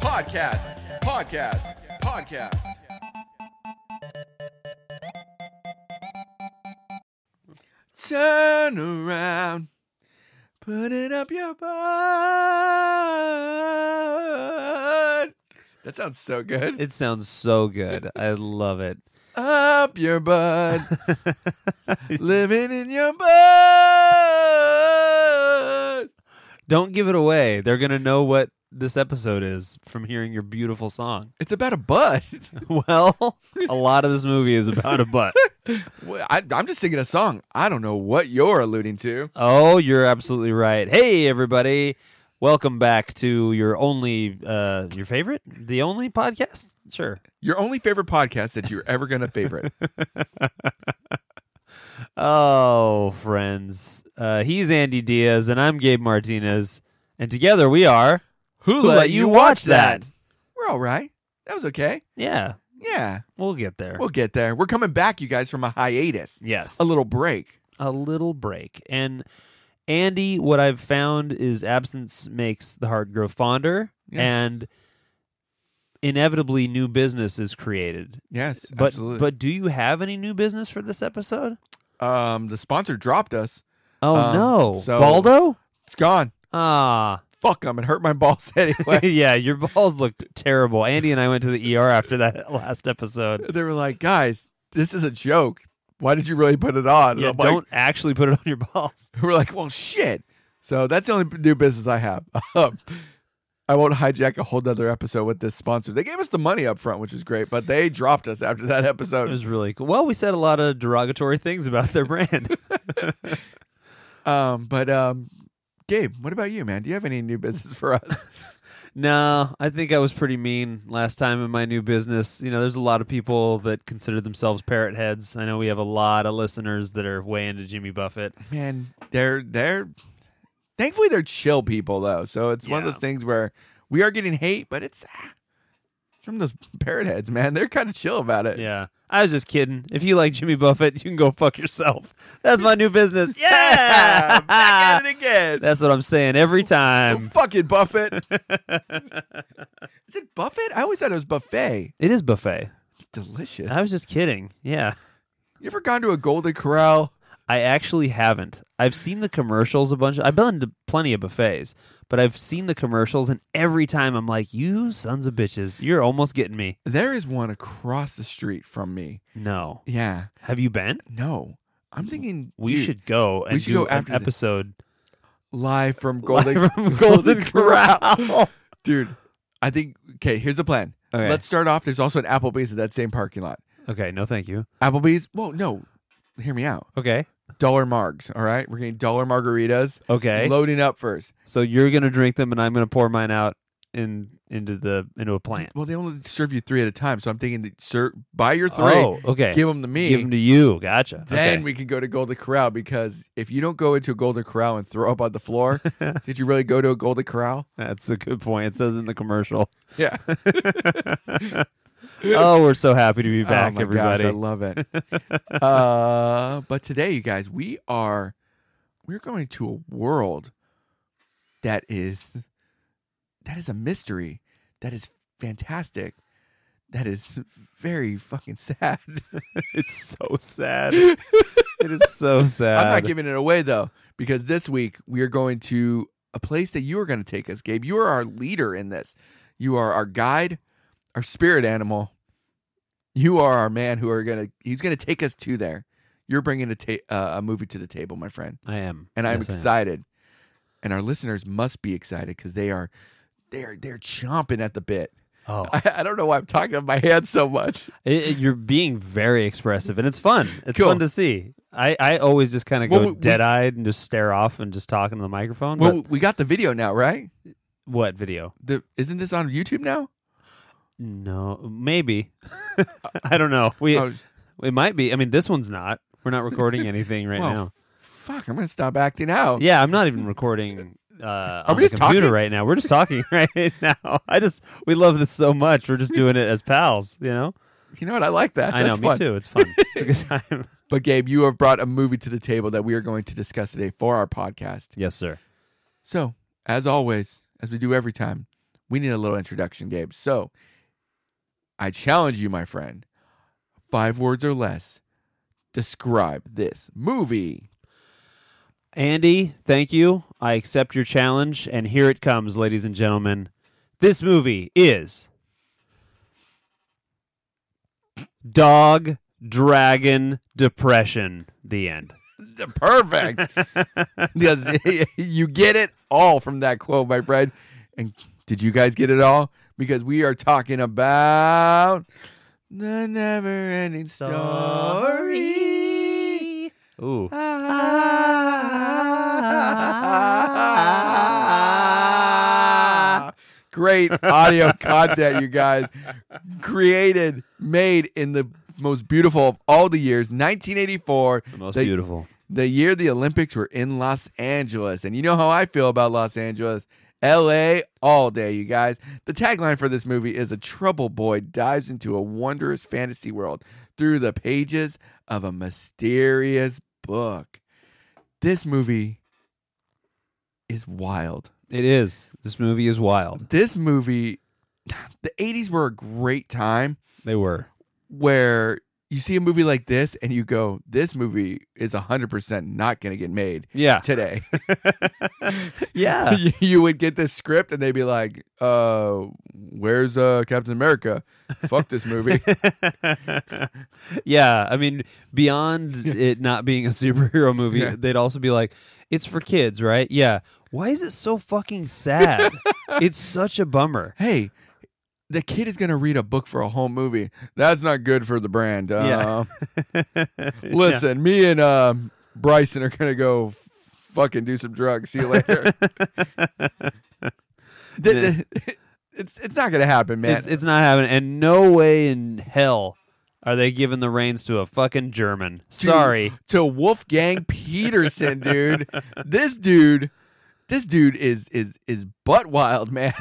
podcast, podcast, podcast. Turn around, put it up your butt. That sounds so good. It sounds so good. I love it. Up your butt, living in your butt. Don't give it away. They're going to know what this episode is from hearing your beautiful song. It's about a butt. Well, a lot of this movie is about a butt. Well, I, I'm just singing a song. I don't know what you're alluding to. Oh, you're absolutely right. Hey, everybody. Welcome back to your only, uh, your favorite? The only podcast? Sure. Your only favorite podcast that you're ever going to favorite. Oh, friends. Uh, he's Andy Diaz, and I'm Gabe Martinez. And together we are. Who We're all right. That was okay. Yeah, Yeah, we'll get there. we'll get there. We're coming back, you guys, from a hiatus, yes. a little break. a little break. And Andy, what I've found is absence makes the heart grow fonder, Yes. and inevitably new business is created. Yes, But absolutely. but do you have any new business for this episode? But um, the sponsor dropped us. Oh Um, no, so- Baldo! It's gone. Ah, Fuck them. It hurt my balls anyway. yeah, your balls looked terrible. Andy and I went to the ER after that last episode. they were like, guys, this is a joke. Why did you really put it on? And Yeah, I'm like- don't actually put it on your balls. we're like, well, shit. So that's the only new business I have. Um, I won't hijack a whole nother episode with this sponsor. They gave us the money up front, which is great, but they dropped us after that It episode. was really cool. Well, we said a lot of derogatory things about their brand. Um, but um, Gabe, what about you, man? Do you have any new business for us? No, I think I was pretty mean last time in my new business. You know, there's a lot of people that consider themselves parrot heads. I know we have a lot of listeners that are way into Jimmy Buffett. man, they're they're thankfully they're chill people though. So it's one of Yeah. those things where we are getting hate, but it's, ah, it's from those parrot heads, man. They're kind of chill about it. Yeah. I was just kidding. If you like Jimmy Buffett, you can go fuck yourself. That's my new business. Yeah. Back at it again. That's what I'm saying every Oh, time. fuck it, Buffett. Is it Buffett? I always thought it was buffet. It is buffet. Delicious. I was just kidding. Yeah. you ever gone to a Golden Corral? I actually haven't. I've seen the commercials a bunch. I've been to plenty of buffets, but I've seen the commercials, and every time I'm like, you sons of bitches, you're almost getting me. There is one across the street from me. No. Yeah. Have you been? No. I'm thinking We dude, should go and should do go an after this. episode live from Golden live from Golden Corral. Dude, I think okay, here's the plan. Okay. Let's start off. There's also an Applebee's at that same parking lot. okay, no thank you. Applebee's? Well, no. Hear me out. Okay. Dollar margs, all right? We're getting dollar margaritas. Okay. Loading up first. so you're going to drink them and I'm going to pour mine out in into the into a plant. Well, they only serve you three at a time, so I'm thinking, that, sir, buy your three. Oh, okay. give them to me. Give 'em to you. Gotcha. then okay. we can go to Golden Corral because if you don't go into a Golden Corral and throw up on the floor, did you really go to a Golden Corral? That's a good point. It says in the commercial. Yeah. Oh, we're so happy to be Oh back, my everybody. Gosh, I love it. uh, but today, you guys, we are we're going to a world that is that is a mystery, that is fantastic, that is very fucking sad. it's so sad. it is so sad. I'm not giving it away though, because this week we are going to a place that you are going to take us, Gabe. You are our leader in this. You are our guide, our spirit animal. You are our man who are going to. He's going to take us to there. You're bringing a ta- uh, a movie to the table, my friend, I am. and I'm Yes, I am. excited. And our listeners must be excited because they are, they're they're chomping at the bit. Oh. I, I don't know why I'm talking with my hands so much. It, it- you're being very expressive, and it's fun. It's Cool. fun to see. I, I always just kind of Well, go we- we- dead eyed and just stare off and just talk into the microphone. Well, but we got the video now, right? what video? The isn't this on YouTube now? No, maybe. I don't know. We Oh, it might be. I mean, this one's not. We're not recording anything right Well, now. Fuck, I'm gonna stop acting out. Yeah, I'm not even recording. Uh, on we the just computer talking? right now. We're just talking right now. I just we love this so much. We're just doing it as pals. You know. You know what? I like that. I know. That's Me fun. too. It's fun. It's a good time. But Gabe, you have brought a movie to the table that we are going to discuss today for our podcast. yes, sir. So, as always, as we do every time, we need a little introduction, Gabe. So I challenge you, my friend, five words or less, describe this movie. Andy, thank you. I accept your challenge, and here it comes, ladies and gentlemen. This movie is Dog Dragon Depression. The end. Perfect. because you get it all from that quote, my friend. And did you guys get it all? Because we are talking about the never ending story. Ooh. Ah. Great audio content, you guys. Created, made in the most beautiful of all the years, 1984, The most They- beautiful. the year the Olympics were in Los Angeles. And you know how I feel about Los Angeles. LA all day, you guys. The tagline for this movie is A Trouble Boy dives into a wondrous fantasy world through the pages of a mysterious book. This movie is wild. It is. This movie is wild. This movie, the 80s were a great time They were. where you see a movie like this and you go, this movie is 100% not going to get made Yeah. today. Yeah. you would get this script and they'd be like, uh, where's uh, Captain America? Fuck this movie. yeah, I mean, beyond it not being a superhero movie, Yeah. they'd also be like, "It's for kids, right?" Yeah. Why is it so fucking sad? it's such a bummer. hey, the kid is going to read a book for a whole movie. That's not good for the brand. Uh, Listen, me and uh, Bryson are going to go f- fucking do some drugs. See you later. Th- th- it's, it's not going to happen, man. It's, it's not happening, and no way in hell are they giving the reins to a fucking German. Sorry, to Wolfgang Peterson, dude. This dude, this dude is is is butt wild, man.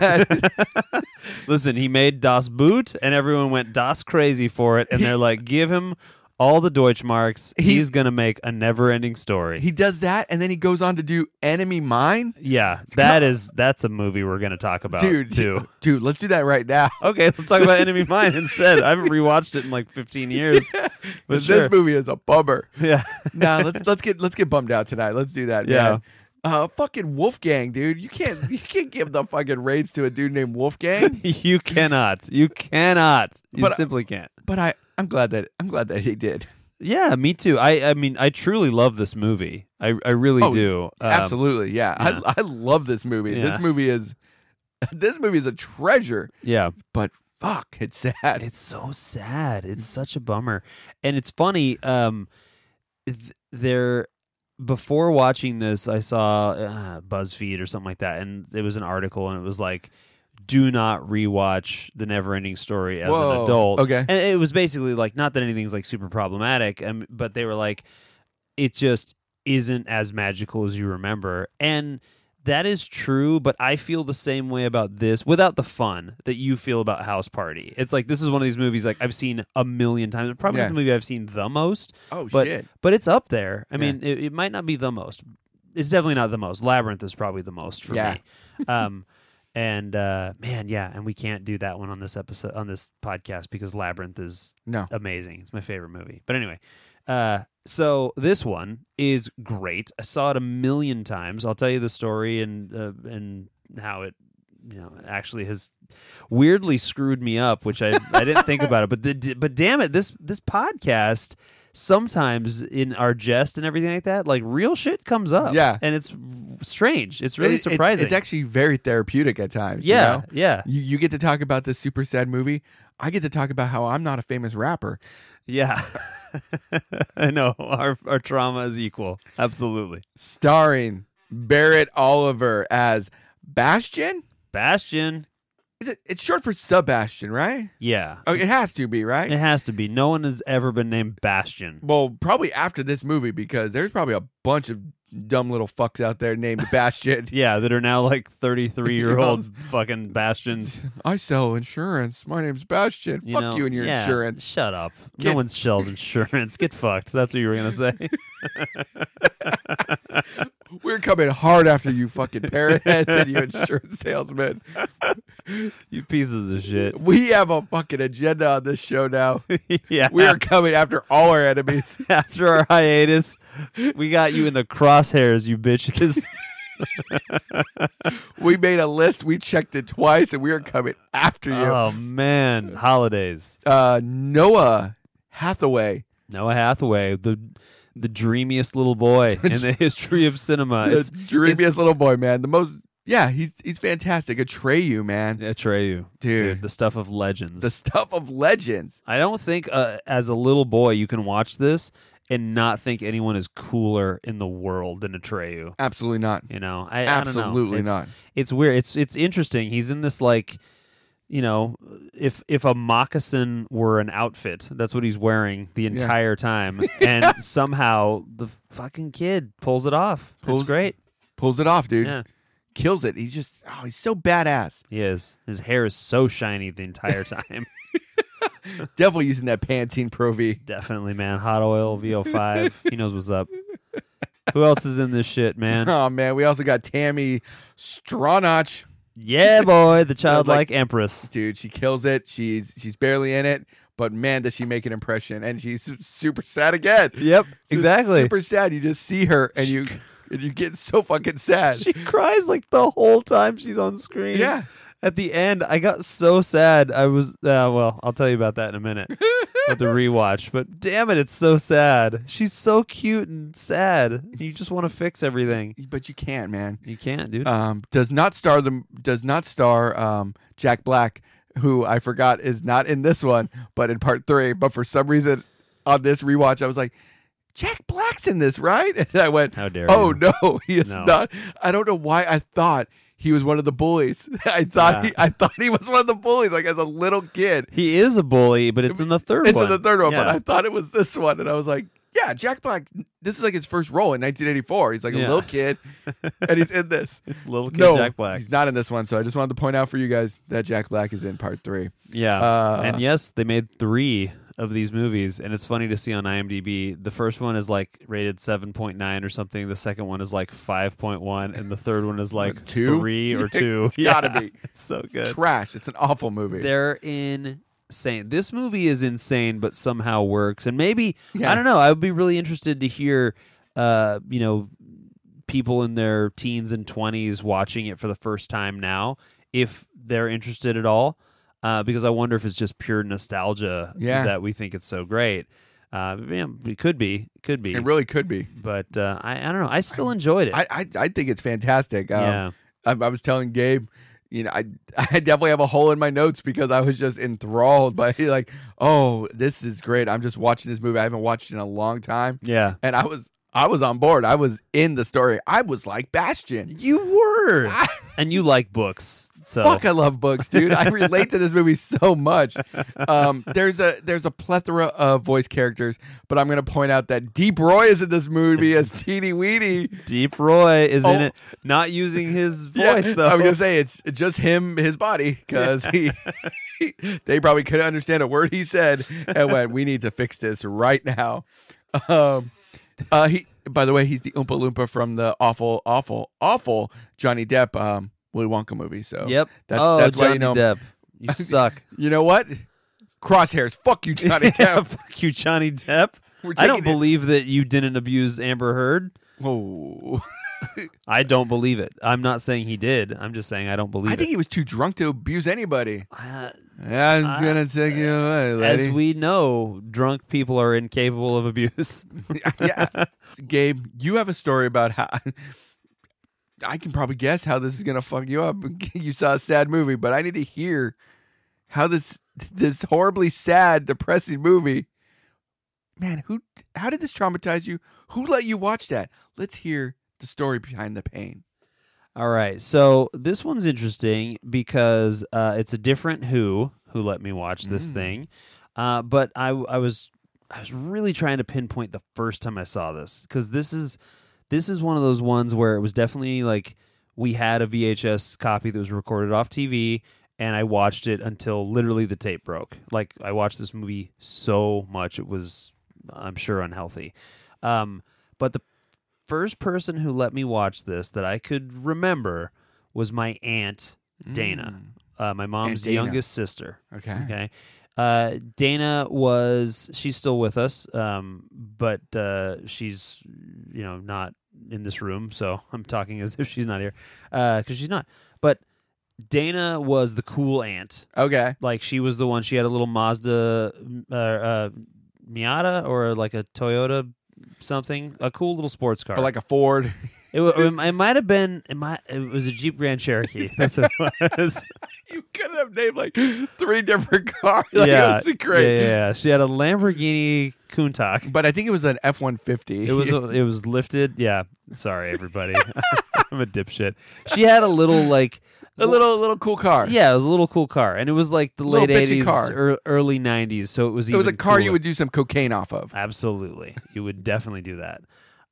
listen, he made Das Boot, and everyone went Das crazy for it, and He- they're like, "Give him all the Deutschmarks. He- He's gonna make a never-ending story." he does that, and then he goes on to do Enemy Mine, yeah, that is that's a movie we're gonna talk about dude. too. dude. Let's do that right now. Okay, let's talk about Enemy Mine instead. I haven't rewatched it in like 15 years. But This sure. movie is a bummer. yeah. nah, let's let's get let's get bummed out tonight. Let's do that. Yeah. man. Uh, fucking Wolfgang, dude. You can't you can't give the fucking reins to a dude named Wolfgang. You cannot. You cannot. You But I- simply can't. But I I'm glad that I'm glad that he did. Yeah, me too. I, I mean, I truly love this movie. I, I really Oh, do. Um, Absolutely, yeah. yeah. I I love this movie. Yeah. This movie is this movie is a treasure. Yeah. But fuck, it's sad. It's so sad. It's such a bummer. And it's funny. Um, th- there before watching this, I saw uh, BuzzFeed or something like that, and it was an article, and it was like, "Do not rewatch the Neverending Story as an Whoa. adult." Okay. and it was basically like not that anything's like super problematic, um, but they were like, it just isn't as magical as you remember, and that is true. But I feel the same way about this without the fun that you feel about House Party. It's like this is one of these movies like I've seen a million times. Probably Yeah. the movie I've seen the most, Oh but shit. but it's up there. I Yeah. mean, it, it might not be the most. It's definitely not the most. Labyrinth is probably the most for Yeah. me. Um, and uh, man, yeah, and we can't do that one on this episode on this podcast because Labyrinth is No. amazing. It's my favorite movie. But anyway, uh, so this one is great. I saw it a million times. I'll tell you the story and uh, and how it you know actually has weirdly screwed me up, which I I didn't think about it. But the, but damn it, this this podcast sometimes in our jest and everything like that, like real shit comes up. Yeah. and it's strange. It's really It- it's- surprising. It's, actually very therapeutic at times. yeah, You, know? yeah, you you get to talk about this super sad movie. I get to talk about how I'm not a famous rapper. yeah. I know our our trauma is equal. Absolutely. Starring Barrett Oliver as Bastion? Bastion. Is it it's short for Sebastian, right? Yeah. Oh, it has to be, right? It has to be. No one has ever been named Bastion. Well, probably after this movie because there's probably a bunch of dumb little fucks out there named Bastion. Yeah, that are now like 33 year old fucking Bastions. I sell insurance. My name's Bastion. You Fuck know, you and your yeah, insurance. Shut up. No Get- one sells insurance. Get fucked. That's what you were going to say. We're coming hard after you fucking parrotheads and you insurance salesmen. you pieces of shit. We have a fucking agenda on this show now. yeah. We are coming after all our enemies. after our hiatus, we got you in the crosshairs, you bitches. We made a list. We checked it twice, and we are coming after you. oh man, holidays. Uh, Noah Hathaway. Noah Hathaway, the the dreamiest little boy in the history of cinema. the uh, It's dreamiest little boy, man. The most, yeah, he's he's fantastic. Atreyu, man, Atreyu, Dude. the stuff of legends. the stuff of legends. I don't think uh, as a little boy you can watch this and not think anyone is cooler in the world than Atreyu. Absolutely not. You know, I I don't know. Absolutely It's- not. It's weird. It's it's interesting. He's in this like, you know, if if a moccasin were an outfit, that's what he's wearing the entire time, and somehow the fucking kid pulls it off. Pulls- it's great. Pulls it off, dude. Yeah, Kills it. He's just, oh, he's so badass. he is. His hair is so shiny the entire time. Definitely using that Pantene Pro V. Definitely, man. Hot oil VO5. he knows what's up. Who else is in this shit, man? Oh man, we also got Tammy Stronach. Yeah, boy, the childlike Like- empress. Dude, she kills it. She's she's barely in it, but man, does she make an impression. And she's su- super sad again. Yep, She's Super sad. You just see her and you and you get so fucking sad. She cries like the whole time she's on screen. yeah. At the end, I got so sad. I was, uh, well, I'll tell you about that in a minute with the rewatch. But damn it, it's so sad. She's so cute and sad. You just want to fix everything. But you can't, man. You can't, dude. um, does not star the does not star um, Jack Black, who I forgot is not in this one, but in part three. But for some reason, on this rewatch, I was like, Jack Black's in this, right? And I went, How dare Oh you. no, he is No. not. I don't know why I thought he was one of the bullies. I thought Yeah. he I thought he was one of the bullies, like as a little kid. He is a bully, but it's in the third It's one. in the third one, but Yeah. I thought it was this one, and I was like. Yeah, Jack Black. This is like his first role in 1984. He's like a Yeah. little kid, and he's in this. Little kid No, Jack Black. He's not in this one, so I just wanted to point out for you guys that Jack Black is in part three. Yeah. Uh, and yes, they made three of these movies, and it's funny to see on IMDb. The first one is like rated 7.9 or something. The second one is like 5.1, and the third one is like Two? three or two. It's gotta be. It's so It's good. Trash. It's an awful movie. They're insane. This movie is insane, but somehow works. And maybe, Yeah. I don't know, I would be really interested to hear, uh, you know, people in their teens and 20s watching it for the first time now if they're interested at all uh, because i wonder if it's just pure nostalgia Yeah. that we think it's so great uh, yeah, it could be it could be It really could be. but uh, I, I don't know i still enjoyed it I um, I, I think it's fantastic. Um, yeah I, I was telling Gabe, you know, I I definitely have a hole in my notes because I was just enthralled by like, oh, this is great. I'm just watching this movie. I haven't watched it in a long time, yeah and I was I was on board. I was in the story. I was like Bastion. you were I- and you like books so Fuck, I love books, dude. I relate to this movie so much. Um, there's a there's a plethora of voice characters, but I'm gonna point out that Deep Roy is in this movie as Teeny Weeny. deep roy is in Oh. it not using his Yeah, voice though I'm gonna say it's just him, his body, because he. They probably couldn't understand a word he said and went, We need to fix this right now. Um, uh, he, by the way, he's the Oompa Loompa from the awful, awful, awful Johnny Depp um, Willy Wonka movie. So, yep that's, oh that's johnny why you know him. depp you suck You know what? Crosshairs. Fuck you, Johnny Yeah, Depp. fuck you, Johnny Depp. We're I don't taking it- believe that you didn't abuse Amber Heard. Whoa. I don't believe it. I'm not saying he did. I'm just saying I don't believe I think it. he was too drunk to abuse anybody. Uh, I'm Uh, gonna take you away, as lady. we know, drunk people are incapable of abuse. yeah, Gabe, you have a story about how. I can probably guess how this is gonna fuck you up. You saw a sad movie, but I need to hear how this this horribly sad, depressing movie. Man, who? How did this traumatize you? Who let you watch that? Let's hear the story behind the pain. All right, so this one's interesting because uh, it's a different Who who let me watch this Mm. thing, uh, but I I was I was really trying to pinpoint the first time I saw this because this is this is one of those ones where it was definitely like we had a VHS copy that was recorded off TV and I watched it until literally the tape broke. Like I watched this movie so much it was I'm sure unhealthy. Um, but the first person who let me watch this that I could remember was my aunt Dana. uh, my mom's Dana. Uh-huh. youngest sister. Mm, Okay. Okay. Uh, Dana was she's still with us, um, but uh, she's you know not in this room, so I'm talking as if she's not here because she's not. But Dana was the cool aunt, Okay. like she was the one. She had a little Mazda uh, uh, Miata or like a Toyota something, a cool little sports car. Or like a Ford. it, wa- it might have been it might it was a Jeep Grand Cherokee. That's what it was. You could have named like three different cars. Like, yeah, It was great. Yeah, yeah, yeah. She had a Lamborghini Countach. But I think it was an F one fifty. It was it was lifted. Yeah. Sorry, everybody. I'm a dipshit. She had a little like a little little cool car. yeah, it was a little cool car, and it was like the Little late bitchy '80s, car. ear- early '90s. So it was It was a even car you cooler. would do some cocaine off of. absolutely you would definitely do that.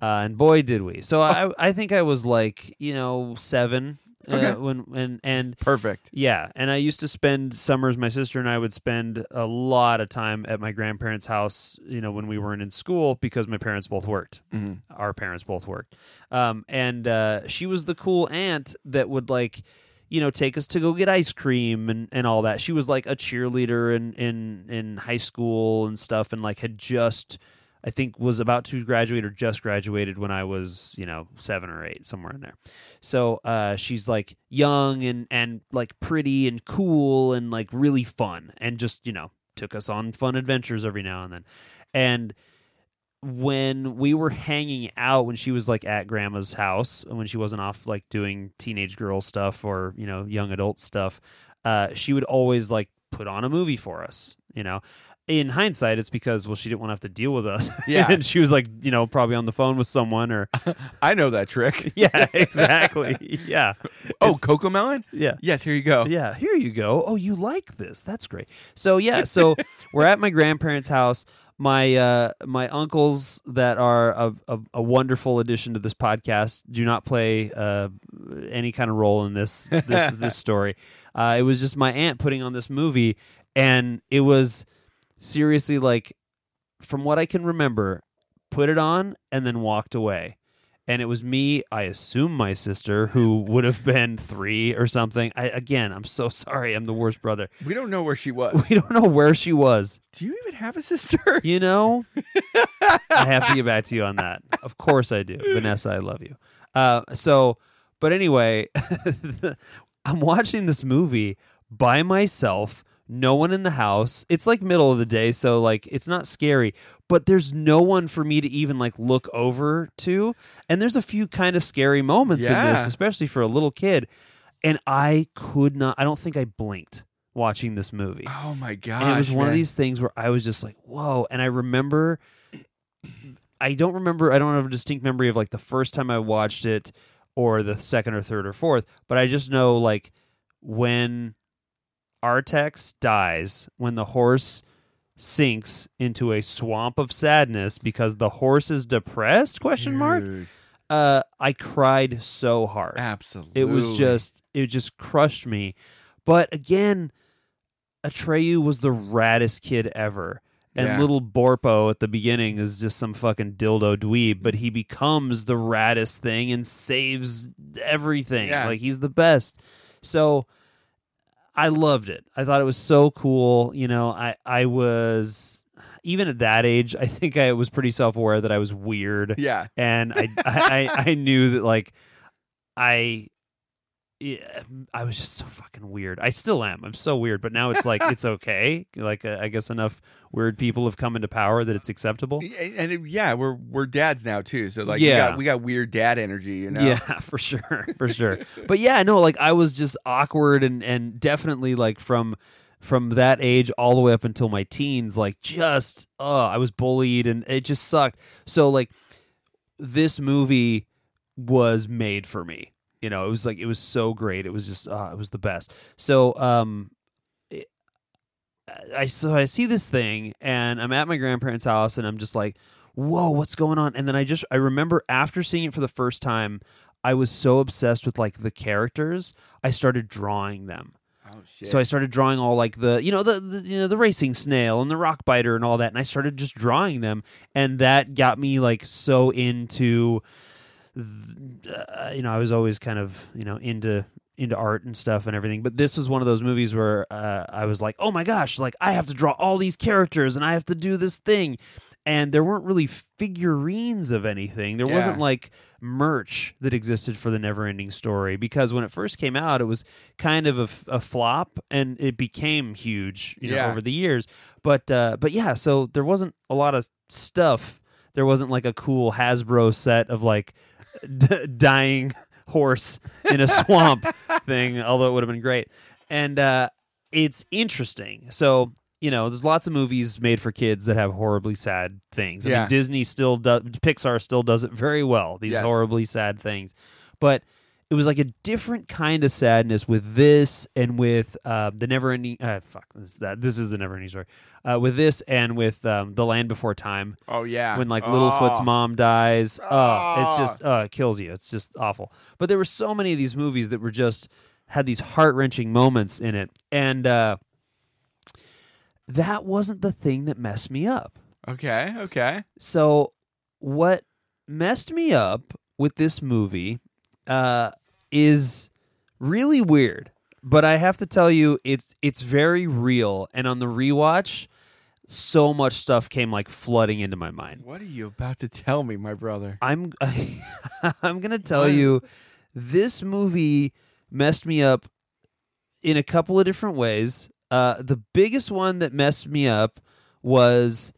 Uh, and boy, did we! So Oh. I I think I was like you know seven uh, Okay. when and and Perfect. yeah, and I used to spend summers. My sister and I would spend a lot of time at my grandparents' house. You know, when we weren't in school because my parents both worked. Mhm. Our parents both worked, um, and uh, she was the cool aunt that would like, you know, take us to go get ice cream and, and all that. She was like a cheerleader in in in high school and stuff, and like had just. I think was about to graduate or just graduated when I was, you know, seven or eight, somewhere in there. So uh, she's like young and and like pretty and cool and like really fun and just you know took us on fun adventures every now and then. And when we were hanging out when she was like at grandma's house when she wasn't off like doing teenage girl stuff or you know young adult stuff, uh, she would always like put on a movie for us. You know, in hindsight, it's because well she didn't want to have to deal with us. Yeah. and she was like you know probably on the phone with someone or I know that trick. yeah exactly yeah Oh, Coco Melon? yeah. Yes, here you go. Yeah, here you go. Oh, you like this. That's great. So yeah, so we're at my grandparents' house. My uh my uncles that are a, a, a wonderful addition to this podcast do not play uh any kind of role in this this this story. Uh it was just my aunt putting on this movie and it was seriously like from what I can remember, put it on and then walked away. And it was me, I assume my sister, who would have been three or something. I, again, I'm so sorry. I'm the worst brother. We don't know where she was. We don't know where she was. Do you even have a sister? You know, I have to get back to you on that. Of course I do. Vanessa, I love you. Uh, so, but anyway, I'm watching this movie by myself. No one in the house. It's like middle of the day, so like it's not scary, but there's no one for me to even like look over to. And there's a few kind of scary moments in Yeah. this, especially for a little kid. And I could not, I don't think I blinked watching this movie. Oh my gosh. And it was one of man. these things where I was just like, whoa. And I remember, I don't remember, I don't have a distinct memory of like the first time I watched it or the second or third or fourth, but I just know like when Artex dies, when the horse sinks into a swamp of sadness because the horse is depressed question mark Dude, uh i cried so hard Absolutely. it was just it just crushed me. But again, Atreyu was the raddest kid ever. And Yeah. little Borpo at the beginning is just some fucking dildo dweeb, but he becomes the raddest thing and saves everything. Yeah. Like he's the best. So I loved it. I thought it was so cool. You know, I I was even at that age, I think I was pretty self aware that I was weird Yeah. and I, I, I, I knew that like I, yeah, I was just so fucking weird. I still am. I'm so weird, but now it's like it's okay. Like uh, I guess enough weird people have come into power that it's acceptable. And it- yeah, we're we're dads now too. So like we Yeah. got we got weird dad energy, you know. Yeah, for sure, for sure. but yeah, no, like I was just awkward and and definitely like from from that age all the way up until my teens, like just oh, I was bullied and it just sucked. So like this movie was made for me. You know, it was like it was so great. It was just uh, it was the best. So um it- I so I see this thing and I'm at my grandparents' house and I'm just like, "Whoa, what's going on?" And then I just I remember after seeing it for the first time, I was so obsessed with like the characters, I started drawing them. Oh shit. So I started drawing all like the you know the, the you know the racing snail and the rock biter and all that, and I started just drawing them, and that got me like so into, th- uh, you know, I was always kind of you know into into art and stuff and everything. But this was one of those movies where uh, I was like, oh my gosh, like I have to draw all these characters and I have to do this thing. And there weren't really figurines of anything. There Yeah. wasn't like merch that existed for the Neverending Story because when it first came out, it was kind of a, f- a flop and it became huge, you know, Yeah. over the years. But uh, but yeah, so there wasn't a lot of stuff. There wasn't like a cool Hasbro set of like d- dying horse in a swamp thing, although it would have been great. And uh, it's interesting. So, you know, there's lots of movies made for kids that have horribly sad things. I Yeah. mean, Disney still does, Pixar still does it very well, these Yes. horribly sad things. But it was like a different kind of sadness with this and with uh, the never ending. Uh, fuck, this, that, this is the never ending story. Uh, with this and with um, The Land Before Time Oh yeah. when like oh. Littlefoot's mom dies. Oh, it's Ah. just uh, it kills you. It's just awful. But there were so many of these movies that were just had these heart wrenching moments in it, and uh, that wasn't the thing that messed me up. Okay. Okay. So what messed me up with this movie uh, is really weird, but I have to tell you it's it's very real. And on the rewatch. So much stuff came like flooding into my mind. What are you about to tell me, my brother? I'm I'm gonna tell What? you, this movie messed me up in a couple of different ways. Uh, the biggest one that messed me up was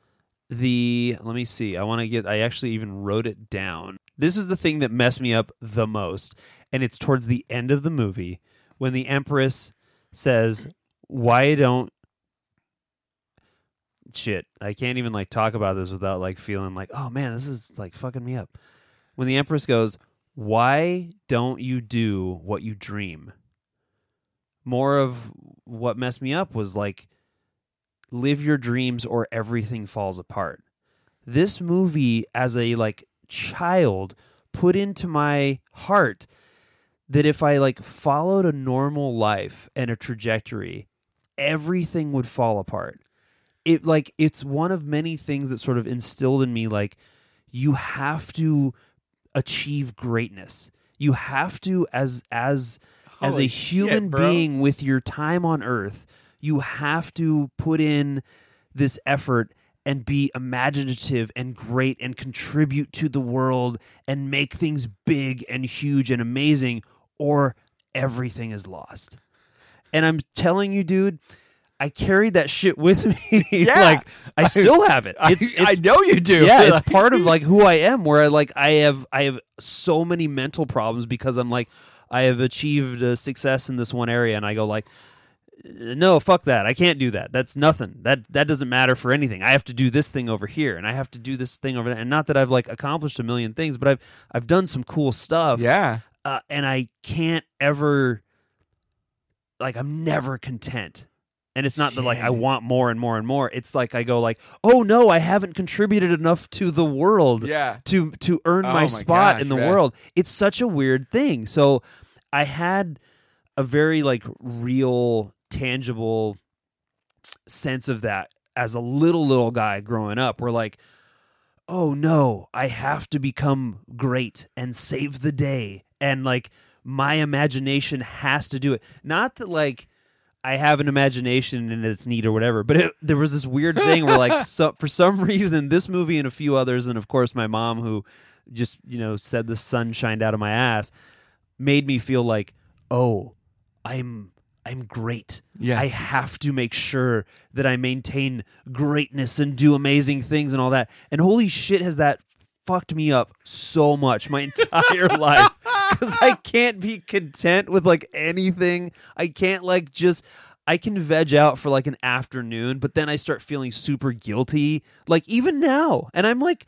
the. Let me see. I want to get. I actually even wrote it down. This is the thing that messed me up the most, and it's towards the end of the movie when the Empress says, "Why don't shit. I can't even like talk about this without like feeling like, oh man, this is like fucking me up. When the Empress goes, why don't you do what you dream? More of what messed me up was like, live your dreams or everything falls apart. This movie, as a like child, put into my heart that if I like followed a normal life and a trajectory, everything would fall apart it like it's one of many things that sort of instilled in me like you have to achieve greatness you have to as as as a Holy human shit, bro. being with your time on earth you have to put in this effort and be imaginative and great and contribute to the world and make things big and huge and amazing or everything is lost and i'm telling you dude i carried that shit with me Yeah. like i still have it it's, I, it's I know you do. yeah, it's Like- part of like who I am. Where I like I have I have so many mental problems because I'm like I have achieved uh, success in this one area, and I go like, no, fuck that, I can't do that. That's nothing. That that doesn't matter for anything. I have to do this thing over here, and I have to do this thing over there. And not that I've like accomplished a million things, but I've I've done some cool stuff Yeah. uh, and I can't ever like I'm never content. And it's not that like I Shit. want more and more and more. It's like I go like, "Oh no, I haven't contributed enough to the world Yeah. to to earn Oh my, my spot gosh, in the man. world." It's such a weird thing. So I had a very like real tangible sense of that as a little little guy growing up where like oh no i have to become great and save the day and like my imagination has to do it not that like i have an imagination and it's neat or whatever but it, there was this weird thing where like so, for some reason this movie and a few others and of course my mom who just you know said the sun shined out of my ass made me feel like oh i'm i'm great Yeah. I have to make sure that I maintain greatness and do amazing things and all that. And holy shit, has that fucked me up so much my entire life because I can't be content with like anything. I can't like just. I can veg out for like an afternoon, but then I start feeling super guilty, like even now. And I'm like,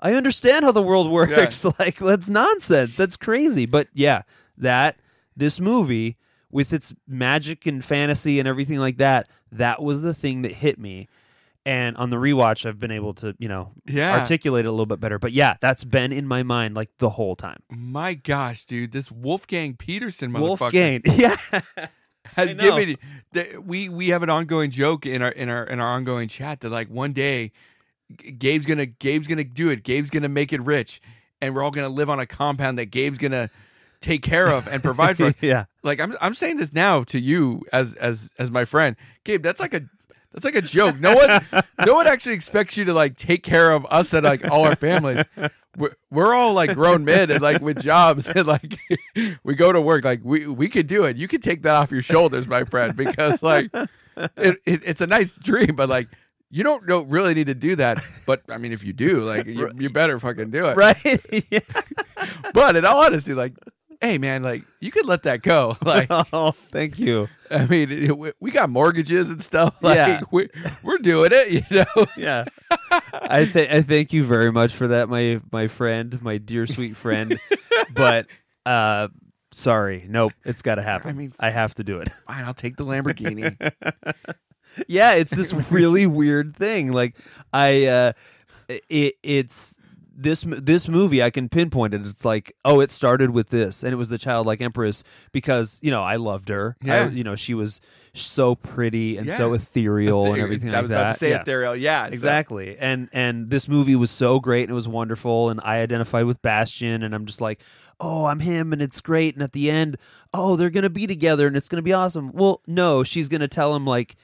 I understand how the world works. Like that's nonsense. That's crazy. But yeah, that this movie with its magic and fantasy and everything like that, that was the thing that hit me. And on the rewatch, I've been able to, you know, Yeah. articulate it a little bit better. But yeah, that's been in my mind like the whole time. My gosh, dude, this Wolfgang Peterson motherfucker Wolfgang, yeah, has I know. given that we we have an ongoing joke in our in our in our ongoing chat that like one day G- Gabe's gonna Gabe's gonna do it. Gabe's gonna make it rich, and we're all gonna live on a compound that Gabe's gonna take care of and provide for. us. yeah. Like I'm I'm saying this now to you as as as my friend. Gabe, that's like a that's like a joke. No one no one actually expects you to like take care of us and like all our families. We're, we're all like grown men and like with jobs and like we go to work like we we could do it. You could take that off your shoulders, my friend, because like it, it, it's a nice dream, but like you don't, don't really need to do that. But I mean, if you do, like you, you better fucking do it. Right. yeah. But in all honesty, like, hey man, like you could let that go. Like, Oh, thank you. I mean, it- we- we got mortgages and stuff. Like, Yeah. we, we're doing it, you know. Yeah. I th- I thank you very much for that, my my friend, my dear sweet friend. but uh, sorry, nope, it's got to happen. I mean- I have to do it. Fine, I'll take the Lamborghini. yeah, it's this really weird thing. Like I, uh, it it's this m- this movie I can pinpoint it. It's like oh, it started with this, and it was the childlike empress because you know I loved her. I- Yeah. you know she was so pretty and so Yeah. ethereal and everything I like was that. about to say yeah. it there. Yeah, uh, so- Exactly. And and this movie was so great and it was wonderful and I identified with Bastion and I'm just like, "Oh, I'm him and it's great." And at the end, "Oh, they're going to be together and it's going to be awesome." Well, no, she's going to tell him like,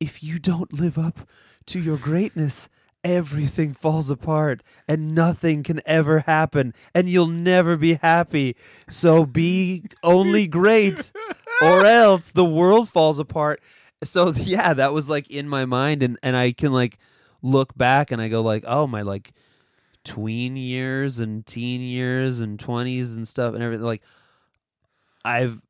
"If you don't live up to your greatness, everything falls apart and nothing can ever happen and you'll never be happy. So be only great or else the world falls apart." So yeah, that was like in my mind and and I can like look back and I go like, oh my like tween years and teen years and twenties and stuff and everything like I've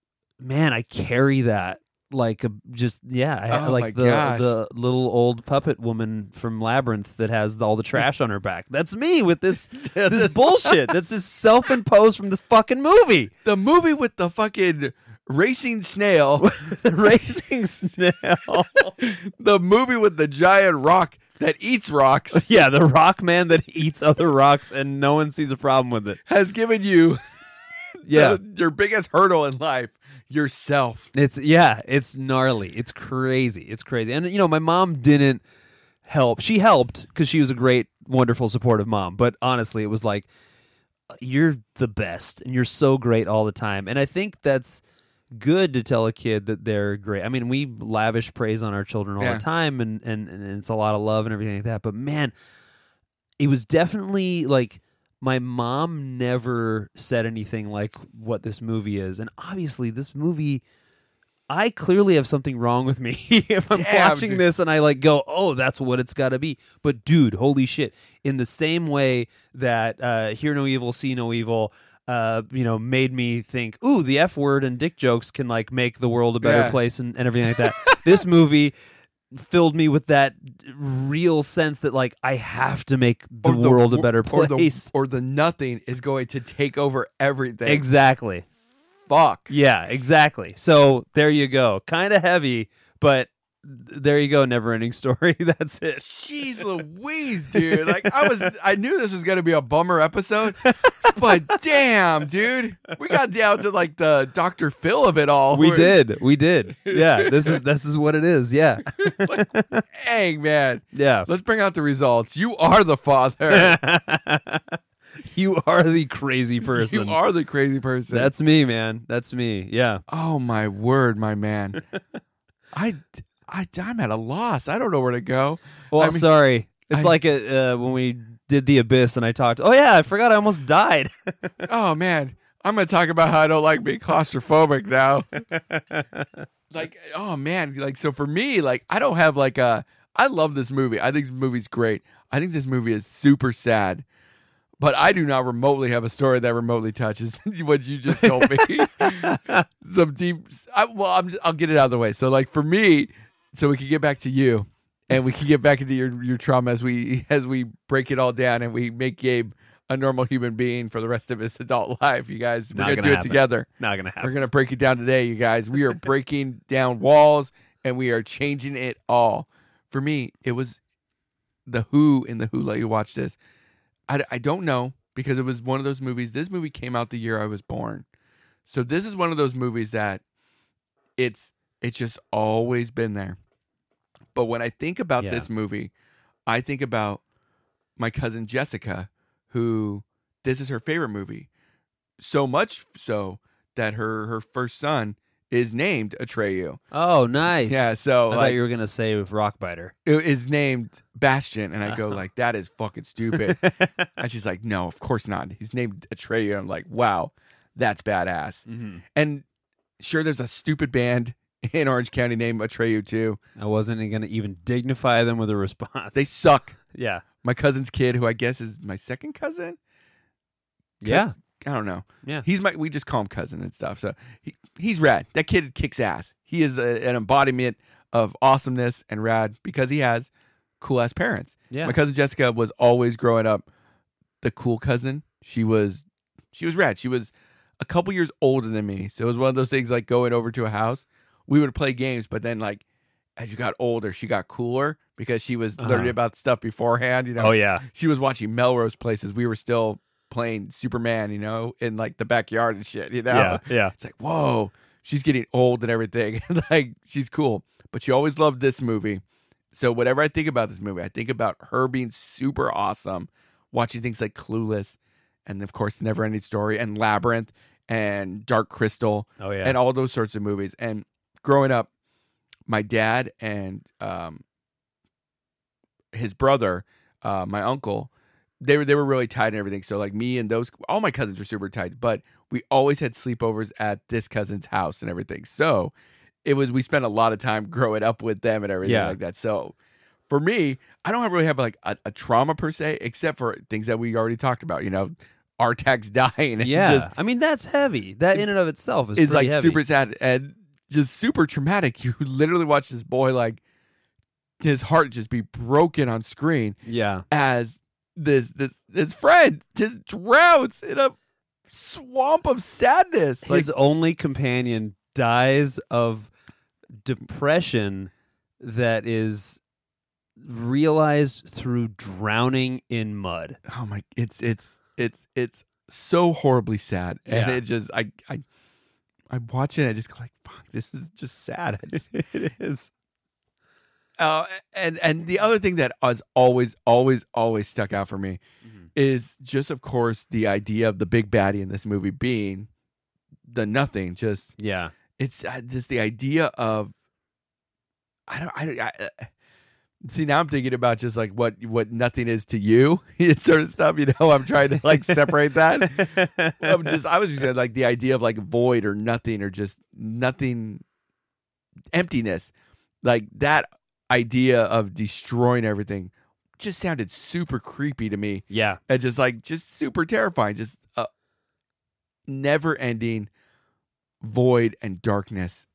man, I carry that like a, just yeah, I, Oh, my like the gosh. the little old puppet woman from Labyrinth that has all the trash on her back. That's me with this this bullshit. That's this self imposed from this fucking movie. the movie with the fucking racing snail, The racing snail. the movie with the giant rock that eats rocks, yeah, the rock man that eats other rocks and no one sees a problem with it. has given you Yeah. the- your biggest hurdle in life yourself. It's yeah, it's gnarly. It's crazy. It's crazy. And you know, my mom didn't help. She helped cuz she was a great, wonderful, supportive mom, but honestly, it was like uh, you're the best and you're so great all the time. And I think that's good to tell a kid that they're great. I mean, we lavish praise on our children all Yeah. the time and, and and it's a lot of love and everything like that, but man, it was definitely like my mom never said anything like what this movie is. And obviously, this movie I clearly have something wrong with me if I'm Yeah, watching dude. this and I like go, oh, that's what it's got to be. But dude, holy shit! In the same way that uh, "Hear No Evil, See No Evil," uh, you know, made me think, ooh, the F word and dick jokes can like make the world a better Yeah. place and, and everything like that. this movie filled me with that real sense that like I have to make the, world a better or the- place. Or the, nothing is going to take over everything. exactly. Fuck. Yeah, exactly. So there you go. Kind of heavy, but th- there you go. Never ending story. That's it. Jeez Louise, dude. Like I was I knew this was gonna be a bummer episode. But damn, dude. We got down to like the Dr. Phil of it all. We We're- did. We did. Yeah. This is this is what it is. Yeah. Dang, man. Yeah. Let's bring out the results. You are the father. you are the crazy person. you are the crazy person. That's me, man. That's me. Yeah. oh my word, my man. I I I'm at a loss. I don't know where to go. Well, I mean- sorry. It's I- like a, uh, when we did the abyss and I talked. Oh yeah, I forgot. I almost died. Oh man, I'm gonna talk about how I don't like being claustrophobic now. like, oh man, like so for me, like I don't have like a. I love this movie. I think this movie's great. I think this movie is super sad, but I do not remotely have a story that remotely touches what you just told me. Some deep. I, well, I'm. Just, I'll get it out of the way. So, like for me, so we can get back to you, and we can get back into your your trauma as we as we break it all down and we make Gabe a normal human being for the rest of his adult life. You guys, we're Not gonna, gonna do it happen. together. Not gonna We're happen. gonna break it down today, you guys. We are breaking down walls and we are changing it all. For me, it was the Who in the Who Let You Watch This. I, I don't know because it was one of those movies. This movie came out the year I was born, so this is one of those movies that it's it's just always been there. But when I think about Yeah. this movie, I think about my cousin Jessica, who this is her favorite movie. so much so that her her first son is named Atreyu. Oh, nice. Yeah, so I like, thought you were gonna say with Rockbiter. it is named Bastion, and I go like, "That is fucking stupid." mm-hmm. and she's like, "No, of course not. He's named Atreyu." I'm like, "Wow, that's badass." And sure, there's a stupid band in Orange County named Atreyu too. I wasn't gonna even dignify them with a response. They suck. yeah, My cousin's kid, who I guess is my second cousin. yeah, I don't know. Yeah. he's my. We just call him cousin and stuff. So he, he's rad. That kid kicks ass. He is a, an embodiment of awesomeness and rad because he has cool ass parents. yeah. My cousin Jessica was always growing up the cool cousin. She was she was rad. She was a couple years older than me. So it was one of those things like going over to a house. We would play games, but then like as you got older, she got cooler because she was learning Uh-huh. about stuff beforehand, you know. Oh yeah, She was watching Melrose places. We were still playing Superman, you know, in like the backyard and shit, you know. yeah, yeah. It's like, whoa, she's getting old and everything. like, she's cool. But she always loved this movie. So whatever I think about this movie, I think about her being super awesome, watching things like Clueless and of course Never Ending Story and Labyrinth and Dark Crystal Oh yeah. and all those sorts of movies. And growing up, my dad and um, his brother, uh, my uncle, they were they were really tied and everything. So like me and those, all my cousins were super tight, but we always had sleepovers at this cousin's house and everything. So it was we spent a lot of time growing up with them and everything Yeah. like that. So for me, I don't have- really have like a, a trauma per se, except for things that we already talked about. You know, our tax dying. and yeah, just- I mean that's heavy. That in and of itself is it's pretty like heavy. super sad and just super traumatic. You literally watch this boy like his heart just be broken on screen Yeah, as this this his friend just drowns in a swamp of sadness. Like his only companion dies of depression that is realized through drowning in mud. oh my, it's it's it's it's so horribly sad, and Yeah. it just I I I watch it. and I just go like, fuck, this is just sad. I just- it is. uh, and and the other thing that has always always always stuck out for me Mm-hmm. is just of course the idea of the big baddie in this movie being the nothing just Yeah. it's uh, just the idea of i don't i, don't- I uh, see now i'm thinking about just like what what nothing is to you it's sort of stuff you know i'm trying to like separate that i'm just i was just saying, like the idea of like void or nothing or just nothing emptiness like that idea of destroying everything just sounded super creepy to me yeah. and just like just super terrifying just uh, a never ending void and darkness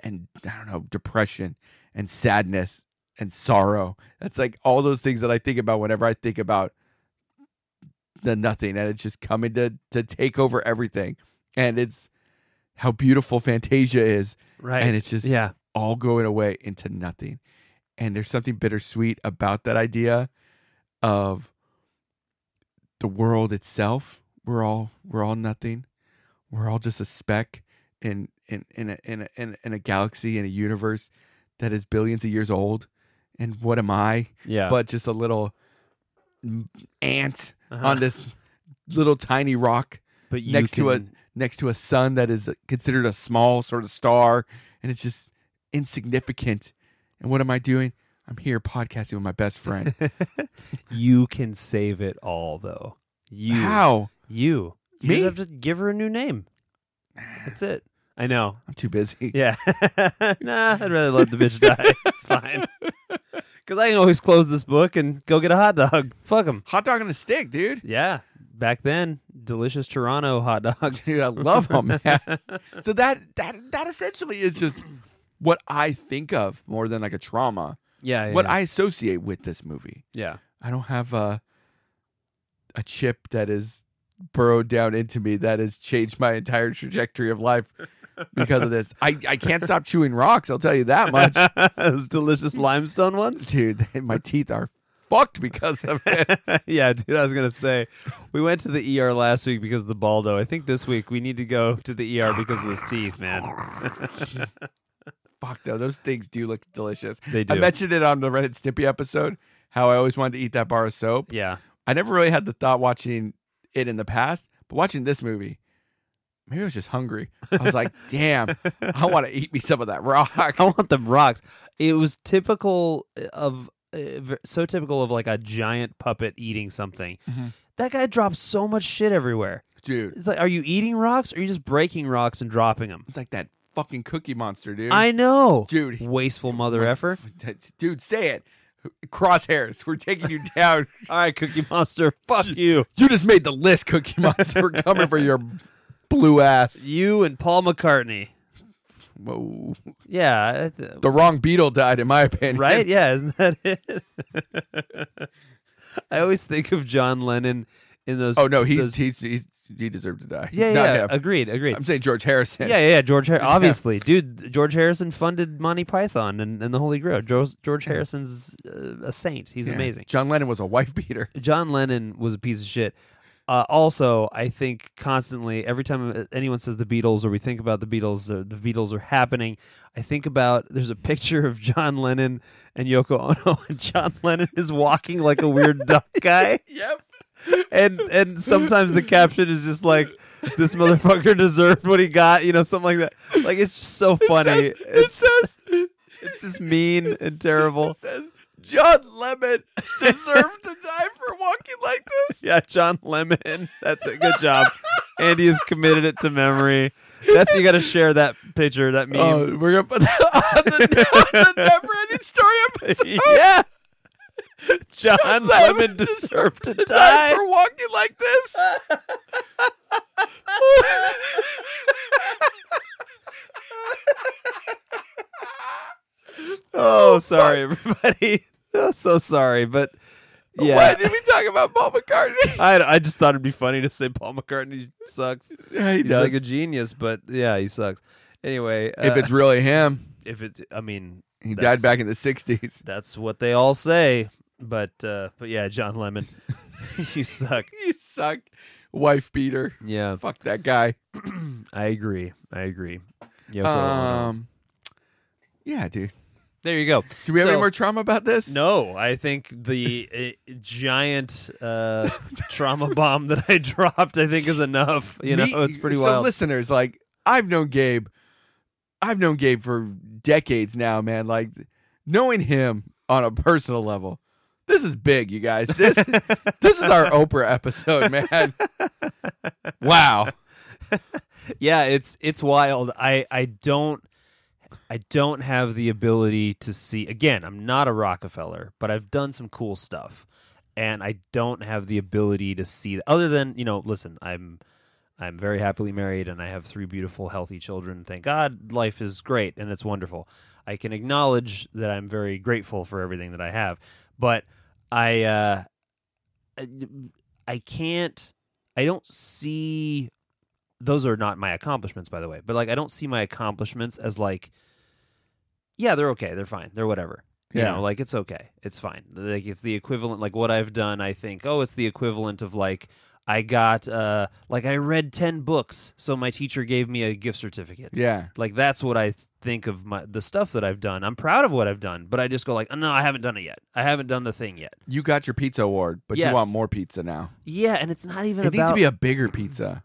and i don't know depression and sadness and sorrow that's like all those things that i think about whenever i think about the nothing and it's just coming to to take over everything and it's how beautiful fantasia is Right. and it's just yeah. all going away into nothing. And there's something bittersweet about that idea of the world itself. We're all we're all nothing. We're all just a speck in in in a, in a, in a, in a galaxy in a universe that is billions of years old. And what am I? Yeah. But just a little ant Uh-huh. on this little tiny rock but you next to a- can- next to a sun that is considered a small sort of star and it's just insignificant. And what am I doing? I'm here podcasting with my best friend. you can save it all though. You How? you you Me? just have to give her a new name. That's it. I know. I'm too busy. Yeah. nah, I'd rather let the bitch die. It's fine. Cuz I can always close this book and go get a hot dog. Fuck them. Hot dog on a stick, dude. Yeah. Back then, delicious Toronto hot dogs. Dude, I love them. So that that that essentially is just what I think of more than like a trauma. yeah, yeah. What yeah. I associate with this movie. Yeah. I don't have a a chip that is burrowed down into me that has changed my entire trajectory of life because of this. I, I can't stop chewing rocks, I'll tell you that much. Those delicious limestone ones. Dude, my teeth are fucked because of it. yeah, dude, I was gonna say we went to the ER last week because of the Baldo. I think this week we need to go to the ER because of his teeth, man. Fuck though, those things do look delicious. They do. I mentioned it on the Reddit Snippy episode, how I always wanted to eat that bar of soap. yeah, I never really had the thought watching it in the past, But watching this movie, maybe I was just hungry. I was like, damn, I want to eat me some of that rock. I want them rocks. It was typical of uh, v- so typical of like a giant puppet eating something. Mhm. That guy drops so much shit everywhere. Dude, It's like, are you eating rocks or are you just breaking rocks and dropping them? it's like that fucking cookie monster, dude. I know. dude, he- Wasteful mother effer. dude, say it. Crosshairs, we're taking you down. All right, Cookie Monster, fuck you. you just made the list, Cookie Monster. We're coming for your blue ass. You and Paul McCartney. Whoa. Yeah. I- The wrong beetle died, in my opinion. right? Yeah, isn't that it? I always think of John Lennon in those. Oh no, he those- he's, he's, he deserved to die. yeah, Not yeah, him. agreed, agreed. I'm saying George Harrison. yeah, yeah, yeah, George Harrison. Obviously, dude, George Harrison funded Monty Python and, and the Holy Grail. George, George Harrison's uh, a saint. He's Yeah. amazing. John Lennon was a wife beater. John Lennon was a piece of shit. Uh, also, I think constantly, every time uh, anyone says the Beatles or we think about the Beatles, uh, the Beatles are happening. I think about there's a picture of John Lennon and Yoko Ono, and John Lennon is walking like a weird duck guy, Yep. and and sometimes the caption is just like, "This motherfucker deserved what he got," you know, something like that. Like it's just so funny. It it's says it it's just mean and terrible. says John Lemon deserved to die for walking like this. Yeah, John Lemon. That's it. Good job. Andy has committed it to memory. That's you got to share that picture. That meme. Oh, we're gonna put that on the, on the never-ending story episode. yeah, John Lemon Lemon deserved to Die die. for walking like this. Oh, sorry, everybody. I'm so sorry, but yeah, What did we talk about, Paul McCartney? I I just thought it'd be funny to say Paul McCartney sucks. Yeah, he He's like a genius, but yeah, he sucks. Anyway, uh, if it's really him, if it's, I mean, he That's- died back in the '60s. that's what they all say. But uh, but yeah, John Lemon, you suck. You suck, wife beater. Yeah, Fuck that guy. I agree. I agree. Yoko Ono. Um, yeah, dude. There you go. Do we have any So- more trauma about this? No, I think the uh, giant uh, trauma bomb that I dropped, I think, is enough. You know, Me- it's pretty so wild. listeners, like I've known Gabe, I've known Gabe for decades now, man. Like knowing him on a personal level, this is big, you guys. This this is our Oprah episode, man. Wow. yeah, it's it's wild. I I don't I don't have the ability to see. Again, I'm not a Rockefeller, but I've done some cool stuff, and I don't have the ability to see. Other than you know, listen, I'm I'm very happily married, and I have three beautiful, healthy children. Thank God, life is great and it's wonderful. I can acknowledge that I'm very grateful for everything that I have, but I uh, I- I can't. I don't see those are not my accomplishments by the way but like i don't see my accomplishments as like yeah they're okay they're fine they're whatever you Yeah. know like it's okay it's fine like it's the equivalent like what i've done i think oh it's the equivalent of like i got uh like i read 10 books so my teacher gave me a gift certificate Yeah. like that's what I th- think of my the stuff that I've done. I'm proud of what I've done, but I just go like, oh, no, I haven't done it yet. I haven't done the thing yet. You got your pizza award, but Yes. you want more pizza now. Yeah, and it's not even It needs about to be a bigger pizza.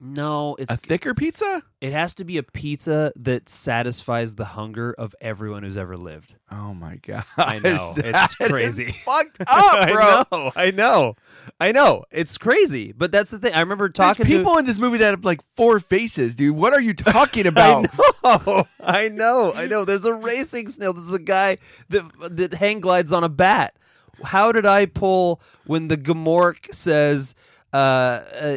no. It's A thicker pizza? It has to be a pizza that satisfies the hunger of everyone who's ever lived. Oh my god. I know. It's crazy. fucked up, Oh, bro. I know. I know. I know. It's crazy, but that's the thing. I remember talking There's to people in this movie that have like four faces, dude. What are you talking about? I know. I know. I know. There's a racing snail. There's a guy that that hang glides on a bat. How did I pull when the Gamork says uh, uh,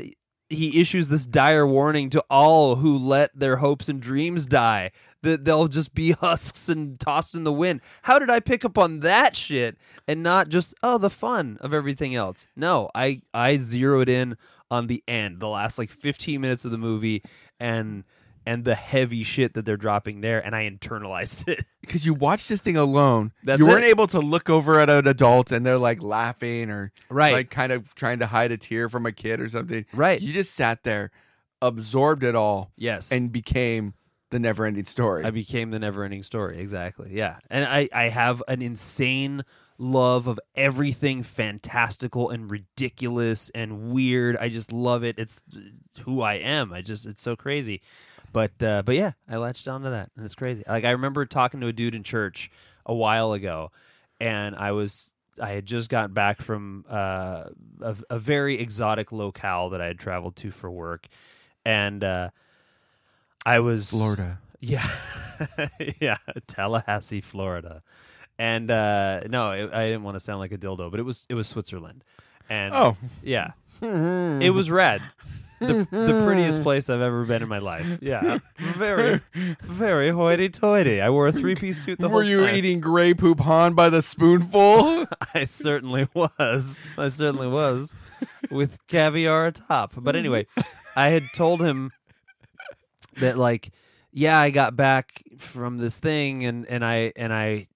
he issues this dire warning to all who let their hopes and dreams die that they'll just be husks and tossed in the wind? How did I pick up on that shit and not just oh the fun of everything else? No, I I zeroed in on the end, the last like 15 minutes of the movie, and and the heavy shit that they're dropping there, and I internalized it. because you watched this thing alone. That's you weren't it. able to look over at an adult and they're like laughing or Right. like kind of trying to hide a tear from a kid or something. right. You just sat there, absorbed it all, yes. and became the never ending story. I became the never ending story. Exactly. Yeah. And I, I have an insane love of everything fantastical and ridiculous and weird. I just love it. It's who I am. I just it's so crazy. But uh, but yeah, I latched onto that, and it's crazy. Like I remember talking to a dude in church a while ago, and I was I had just gotten back from uh, a, a very exotic locale that I had traveled to for work, and uh, I was Florida. yeah, yeah, Tallahassee, Florida, and uh, no, I I didn't want to sound like a dildo, but it was it was Switzerland, and Oh, yeah, it was rad. The, the prettiest place I've ever been in my life. Yeah, very, very hoity-toity. I wore a three-piece suit the were whole you time. eating gray poop han by the spoonful? I certainly was. I certainly was, with caviar atop. But anyway, I had told him that like, yeah, I got back from this thing, and and I and I.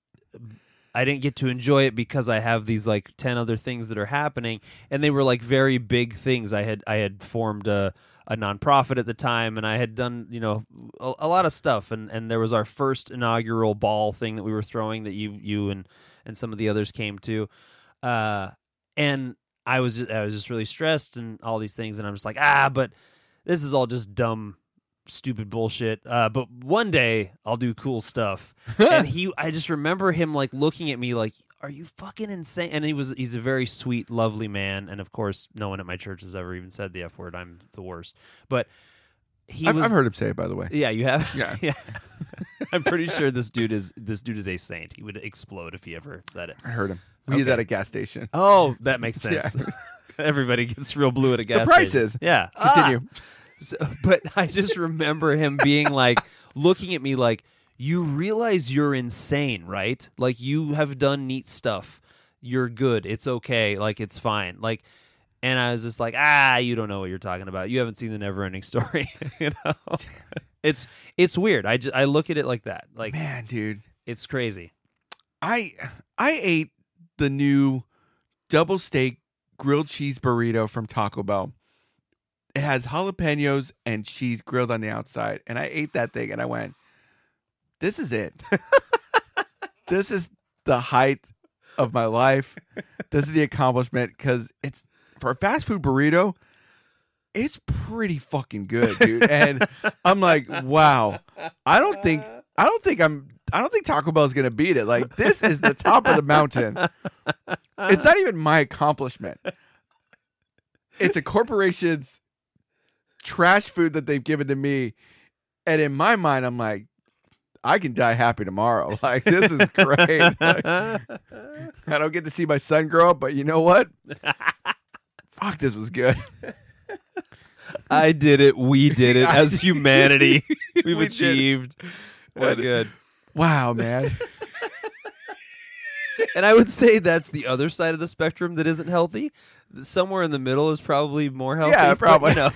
I didn't get to enjoy it because I have these like ten other things that are happening, and they were like very big things. I had I had formed a a nonprofit at the time, and I had done you know a, a lot of stuff, and and there was our first inaugural ball thing that we were throwing that you you and and some of the others came to. Uh, and I was I was just really stressed and all these things, and I'm just like, ah, but this is all just dumb, stupid bullshit. Uh, but one day I'll do cool stuff. and he, I just remember him like looking at me like, are you fucking insane? And he was he's a very sweet, lovely man, and of course, no one at my church has ever even said the f word. I'm the worst, but. He I've, was, I've heard him say it, by the way. yeah, you have. Yeah. I'm pretty sure this dude is this dude is a saint. He would explode if he ever said it. I heard him. We is Okay. at a gas station. Oh, that makes Yeah. sense. Everybody gets real blue at a gas. prices. station. Yeah. Continue. Ah! So, but I just remember him being like, looking at me like, "You realize you're insane, right? Like you have done neat stuff. You're good. It's okay. Like it's fine. Like." And I was just like, ah, you don't know what you're talking about. You haven't seen the never ending story. you know, it's it's weird. I, ju- I look at it like that. Like Man, dude. it's crazy. I I ate the new double steak grilled cheese burrito from Taco Bell. It has jalapenos and cheese grilled on the outside, and I ate that thing and I went, "This is it. this is the height of my life. This is the accomplishment because it's for a fast food burrito. It's pretty fucking good, dude. And I'm like, wow. I don't think I don't think I'm I don't think Taco Bell's gonna beat it. Like this is the top of the mountain. It's not even my accomplishment. It's a corporation's trash food that they've given to me. And in my mind, I'm like, I can die happy tomorrow. Like this is great. Like, I don't get to see my son grow up, but you know what? Fuck, this was good. I did it. We did it as humanity. We've We did it. achieved. We're good. Wow, man. And I would say that's the other side of the spectrum that isn't healthy. Somewhere in the middle is probably more healthy. Yeah, probably. No.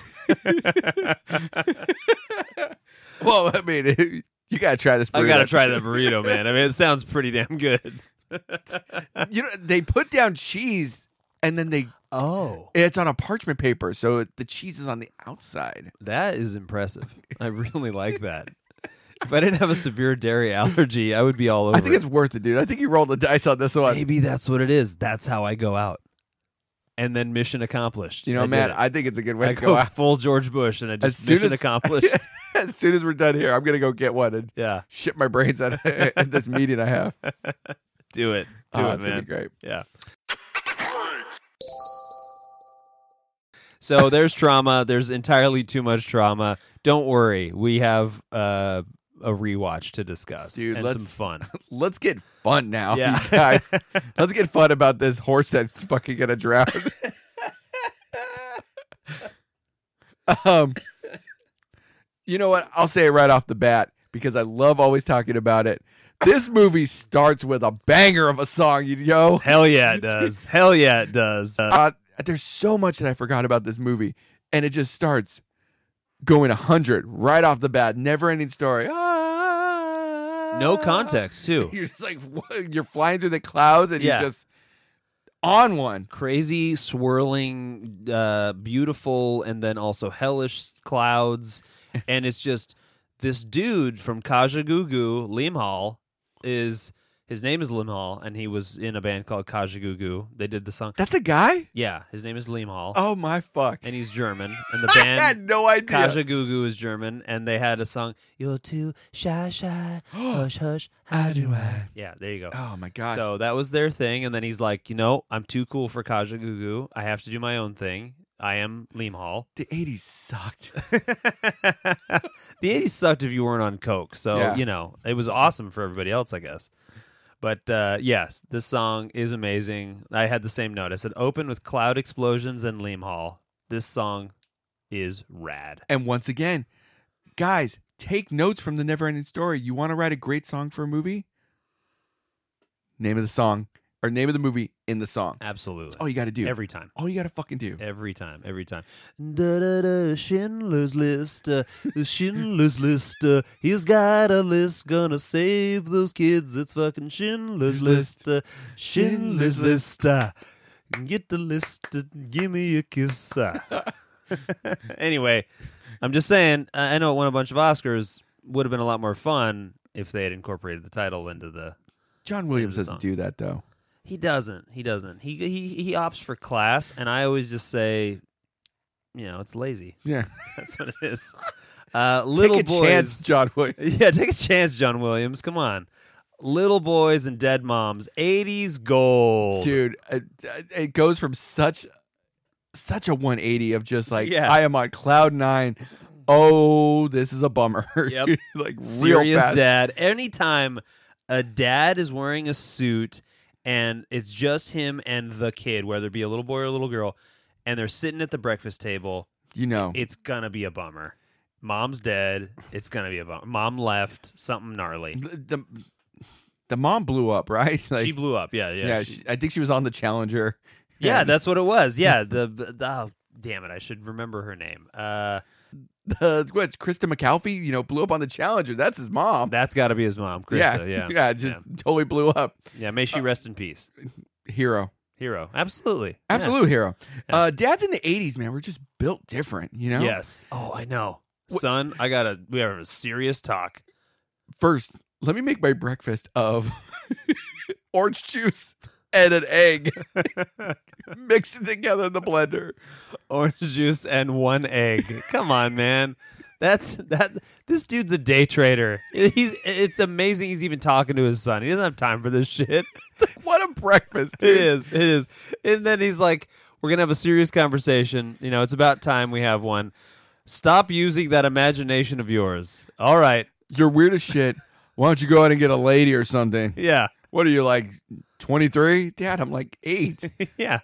well, I mean, you gotta try this. I gotta burrito. try that burrito, man. I mean, it sounds pretty damn good. You know, they put down cheese and then they Oh, It's on a parchment paper, so it- the cheese is on the outside. that is impressive. I really like that. If I didn't have a severe dairy allergy, I would be all over. I think it. it's worth it, dude. I think you rolled the dice on this one. Maybe that's what it is. That's how I go out. And then mission accomplished. you know, I did man, it. I think it's a good way I, to go, go, out. full George Bush and I just soon mission as- accomplished. as soon as we're done here, I'm gonna go get one and yeah, shit my brains out at this meeting I have. Do do it, do it, Ah, it's gonna man. be great. Yeah. So there's trauma. There's entirely too much trauma. Don't worry, we have uh, a rewatch to discuss Dude, and let's- some fun. Let's get fun now, Yeah. you guys. Let's get fun about this horse that's fucking gonna drown. um, you know what? I'll say it right off the bat because I love always talking about it. This movie starts with a banger of a song, you know. Hell yeah, it does. Hell yeah, it does. Uh, Uh, there's so much that I forgot about this movie, and it just starts going hundred right off the bat. Never ending story. Ah. no context too. You're just like what? you're flying through the clouds, and Yeah. you're just on one. crazy, swirling, uh, beautiful, and then also hellish clouds. and it's just this dude from Kajagugu, Limhal, is His name is Lim Hall, and he was in a band called Kajagoogoo. They did the song. That's a guy? Yeah, his name is Lim Hall, Oh my fuck. and he's German. And the I band had no idea. Kajagoogoo is German, and they had a song. You're too shy, shy, hush, hush. How do I? Yeah, there you go. Oh my gosh. Oh, So that was their thing, and then he's like, you know, I'm too cool for Kajagoogoo. I have to do my own thing. I am Lim Hall. the 80s sucked. the 80s sucked if you weren't on coke so Yeah. you know it was awesome for everybody else i guess but uh, yes this song is amazing i had the same note i said open with cloud explosions and Liam hall this song is rad and once again, guys, take notes from the never ending story. You want to write a great song for a movie? Name of the song or name of the movie in the song. absolutely That's all Oh, you got to do. every time all you got to fucking do. Every time, every time. Da da da, Schindler's List, uh, Schindler's List. Uh, he's got a list, gonna save those kids. It's fucking Schindler's List, uh, Schindler's List. Uh, get the list, uh, give me a kiss. Uh. anyway, I'm just saying. I I know it won a bunch of Oscars. Would have been a lot more fun if they had incorporated the title into the. John Williams the doesn't song. do that though. He doesn't. He doesn't. He he he opts for class, and I always just say, you know, it's lazy. Yeah. That's what it is. Uh, little take a boys. chance, John Williams. Yeah, take a chance, John Williams. Come on. Little boys and dead moms. 80s gold. Dude, it, it goes from such such a 180 of just like Yeah. I am on cloud 9. Oh, this is a bummer. Yep. like real Serious fast. dad. Anytime a dad is wearing a suit and it's just him and the kid, whether it be a little boy or a little girl, and they're sitting at the breakfast table, You know. it's going to be a bummer. Mom's dead. It's going to be a bummer. Mom left. Something gnarly. the the mom blew up, right? Like, she blew up. Yeah, yeah. yeah, she- she- I think she was on the Challenger. Yeah, And that's what it was. Yeah, the, the oh, damn it, I should remember her name. Uh, the what's Krista McAlfee? You know, blew up on the Challenger. That's his mom. that's got to be his mom, Krista. Yeah, Um, yeah, yeah, just totally blew up. may she rest in peace. Hero, Hero, absolutely, Yeah. absolute hero. Uh, dads in the '80s, man, were just built different. You know, Yes. Oh, I know, Wh- son. I gotta. We have a serious talk. First, let me make my breakfast of orange juice and an egg. Mix it together in the blender. Orange juice and one egg. Come on, man. That's that. This dude's a day trader. He's. It's amazing. He's even talking to his son. He doesn't have time for this shit. What a breakfast! It dude. is. It is. And then he's like, "We're gonna have a serious conversation. You know, it's about time we have one. Stop using that imagination of yours. All right. You're weird as shit. Why don't you go out and get a lady or something? Yeah. What are you like, 23? Dad, I'm like eight. yeah.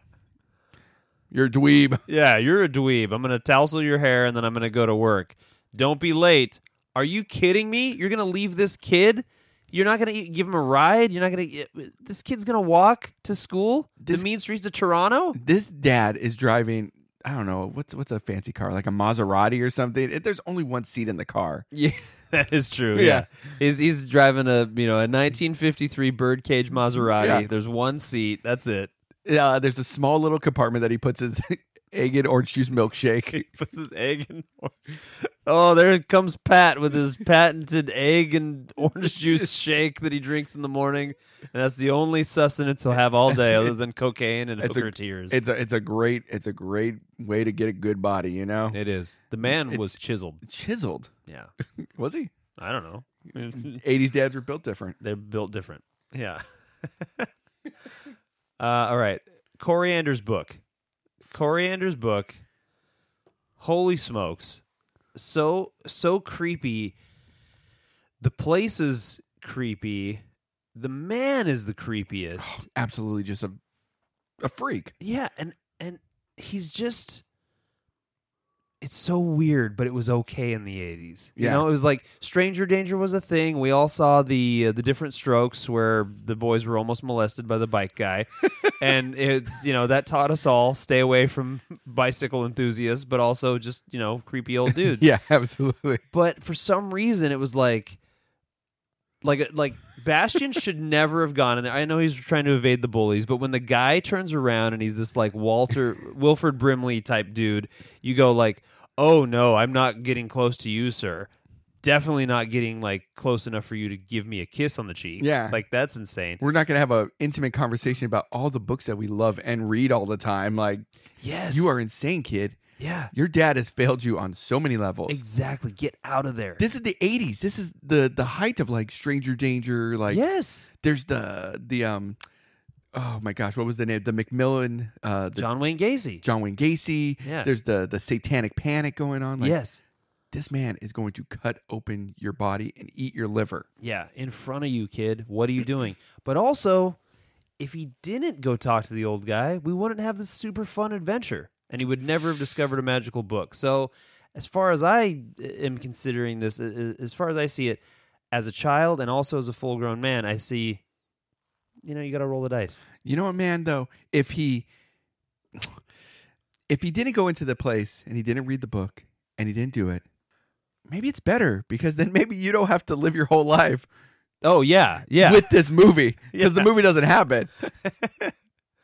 You're a dweeb. Yeah. You're a dweeb. I'm gonna tousle your hair, and then I'm gonna go to work. Don't be late. Are you kidding me? You're gonna leave this kid." You're not gonna e- give him a ride. You're not gonna. e- This kid's gonna walk to school. This- the mean streets of Toronto. This dad is driving. I don't know what's what's a fancy car like a Maserati or something. It, there's only one seat in the car. Yeah, that is true. Yeah. Yeah. He's he's driving a, you know, a 1953 birdcage Maserati. Yeah. There's one seat. That's it. Uh, there's a small little compartment that he puts his egg and orange juice milkshake. puts his egg in Oh, there comes Pat with his patented egg and orange juice shake that he drinks in the morning. And that's the only sustenance he'll have all day other than cocaine and It's a- hooker tears. It's a it's a great it's a great way to get a good body. You know, it is. The man was chiseled. chiseled Yeah. was he? I don't know. 80s dads were built different. They're built different. Yeah. uh, all right. Coriander's book. Coriander's book. Holy smokes. So so creepy. The place is creepy. The man is the creepiest. Absolutely, just a a freak. Yeah, and and he's just it's so weird, but it was okay in the 80s. You Yeah. know, it was like Stranger Danger was a thing. We all saw the uh, the different strokes where the boys were almost molested by the bike guy. and it's, you know, that taught us all stay away from bicycle enthusiasts, but also just, you know, creepy old dudes Yeah, absolutely. but for some reason it was like like like Bastion should never have gone in there. I know he's trying to evade the bullies, but when the guy turns around and he's this like Walter Wilford Brimley type dude, you go like, "Oh no, I'm not getting close to you, sir." definitely not getting like close enough for you to give me a kiss on the cheek. Yeah. Like that's insane. We're not going to have an intimate conversation about all the books that we love and read all the time. Like, Yes. you are insane, kid. Yeah. Your dad has failed you on so many levels. Exactly. Get out of there. This is the 80s. This is the the height of like Stranger Danger. Like, yes. there's the, the, um, oh my gosh, what was the name? The Macmillan, uh, the John, John Wayne Gacy. Wayne Gacy. Yeah. There's the, the satanic panic going on. Like, yes. this man is going to cut open your body and eat your liver. Yeah, in front of you, kid. What are you doing? But also, if he didn't go talk to the old guy, we wouldn't have this super fun adventure, and he would never have discovered a magical book. So, as far as I uh, am considering this, uh, as far as I see it, as a child and also as a full grown man, I see, you know, you got to roll the dice. You know what, man, though, if he if he didn't go into the place and he didn't read the book and he didn't do it, maybe it's better because then maybe you don't have to live your whole life Oh yeah, yeah, with this movie because the Yeah. movie doesn't happen.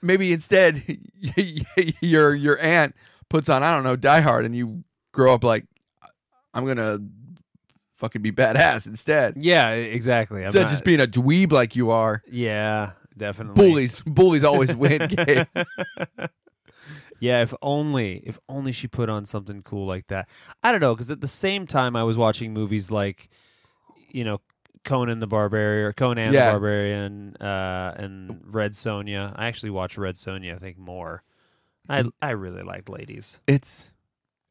maybe instead your your aunt puts on I don't know Die Hard and you grow up like I'm gonna fucking be badass instead. yeah, exactly. I'm instead not- of just being a dweeb like you are. yeah, definitely Bullies, bullies always win. Gabe. yeah, if only, if only she put on something cool like that. I don't know, because at the same time, I was watching movies like, you know, Conan the Barbarian, or Conan Yeah. the Barbarian, uh, and Red Sonja. I actually watched Red Sonja, I think more. Mm-hmm. I I really liked ladies. it's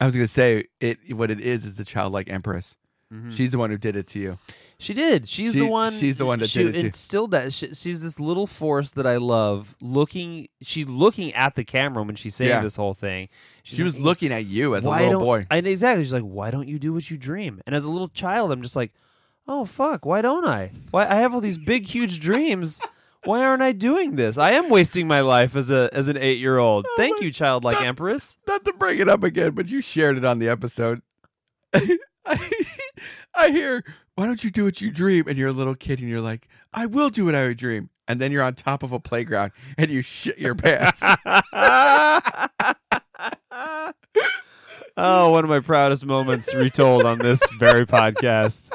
i was gonna say it what it is is the childlike empress Mhm. she's the one who did it to you She did. She's Mm-hmm. She- the one. she's the one that she did it to- instilled that. She, she's this little force that I love. Looking, she's looking at the camera when she's saying Yeah. this whole thing. She's she was like, looking at you as a Why little don't- boy I, exactly. She's like, why don't you do what you dream? And as a little child, I'm just like, oh fuck, why don't I? Why I have all these big, huge dreams. Why aren't I doing this? I am wasting my life as a as an eight year old. Oh Thank you, childlike empress. not to bring it up again but you shared it on the episode i hear why don't you do what you dream and you're a little kid and you're like i will do what i would dream and then you're on top of a playground and you shit your pants Oh, one of my proudest moments retold on this very podcast.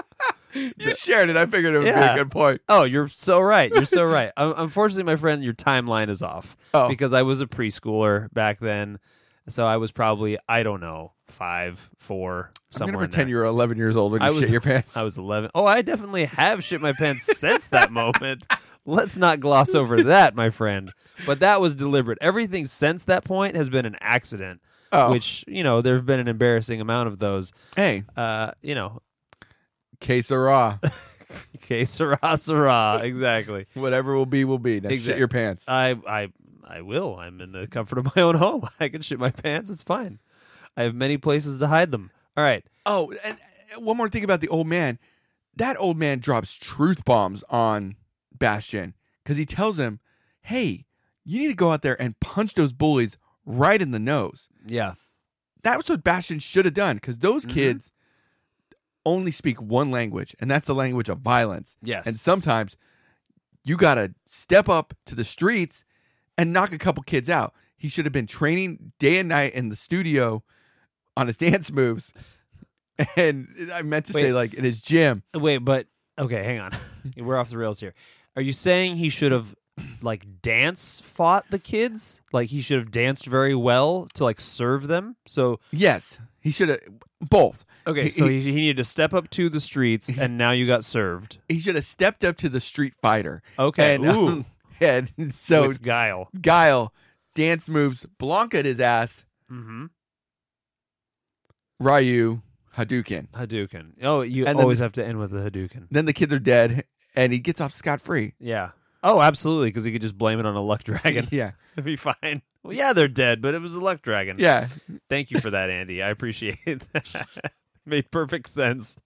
you shared it i figured it would Yeah. be a good point Oh, you're so right. You're so right. Un- Unfortunately, my friend, your timeline is off Oh. because I was a preschooler back then. So I was probably I don't know five, four, i'm somewhere. gonna in pretend there. you're 11 years old and you I was- shit your pants I was 11. Oh, I definitely have shit my pants since that moment. Let's not gloss over that, my friend. But that was deliberate. Everything since that point has been an accident, oh which, you know, there have been an embarrassing amount of those. hey Uh, you know, que sera okay, Sarah, Sarah. Exactly. whatever will be will be now Exact- shit your pants I, I, I will. I'm in the comfort of my own home. I can shit my pants. It's fine. I have many places to hide them. All right. Oh, and uh, one more thing about the old man. That old man drops truth bombs on Bastion because he tells him, hey, you need to go out there and punch those bullies right in the nose. Yeah. That was what Bastion should have done because those Mhm. kids only speak one language, and that's the language of violence. Yes. And sometimes you got to step up to the streets and knock a couple kids out. He should have been training day and night in the studio on his dance moves. And I meant to Wait. say, like, in his gym. Wait, but okay, hang on. We're off the rails here. Are you saying he should have like dance fought the kids? Like he should have danced very well to like serve them? So Yes, he should have both. okay, He- so he, he needed to step up to the streets and now you got served. He should have stepped up to the street fighter. Okay. And, Ooh. and so with guile. Guile dance moves Blanca his ass, Mm-hmm. Ryu, Hadouken. Hadouken. Oh, you And then always this- have to end with the Hadouken. Then the kids are dead and he gets off scot free. Yeah. Oh, absolutely, because he could just blame it on a luck dragon. Yeah. It'd be fine. Well, yeah, they're dead, but it was a luck dragon. Yeah. Thank you for that, Andy. I appreciate that. Made perfect sense.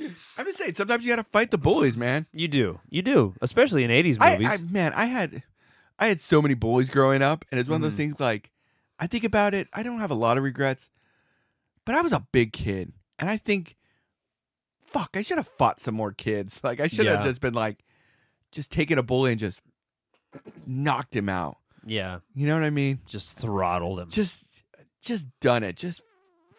I'm just saying, sometimes you got to fight the bullies, man. You do. You do. Especially in 80s I, movies. I man, I had I had so many bullies growing up, and it's one of Mhm. those things like I think about it, I don't have a lot of regrets, but I was a big kid, and I think, fuck, I should have fought some more kids. Like I should Yeah. have just been like, just taken a bully and just knocked him out. yeah. You know what I mean? Just throttled him. Just, just done it. Just